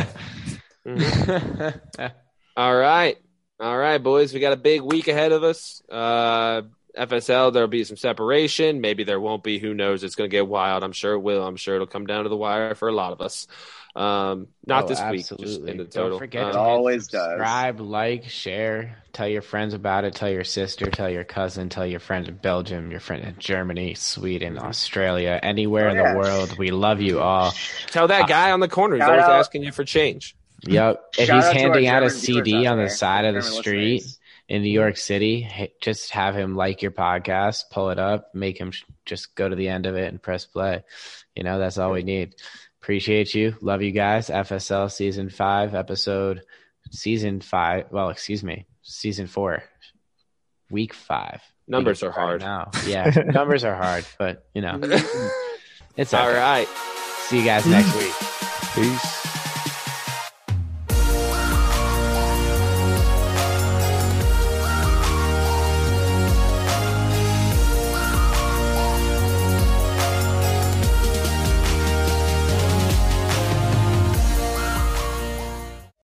Mm-hmm. All right. All right, boys. We got a big week ahead of us. Uh, FSL, there'll be some separation. Maybe there won't be. Who knows? It's going to get wild. I'm sure it will. I'm sure it'll come down to the wire for a lot of us. Um, not Oh, this week, just absolutely. in the Don't total. forget Um, It to always does. subscribe, like, share, tell your friends about it, tell your sister, tell your cousin, tell your friend in Belgium, your friend in Germany, Sweden, Mm-hmm. Australia, anywhere in Oh, Yeah. the world. We love you all. Tell Ah. that guy on the corner who's Shout always out- asking you for change. Yep. If Shout he's to our handing out a German viewers CD out on the there, side of the German street listeners. in New York City, hey, just have him like your podcast, pull it up, make him sh- just go to the end of it and press play. You know, that's all we need. Appreciate you. Love you guys. FSL season five, episode season five. Well, excuse me, season four, week five. Numbers are Right hard. now. Yeah. numbers are hard, but you know, it's all All right. right. See you guys next week. Peace.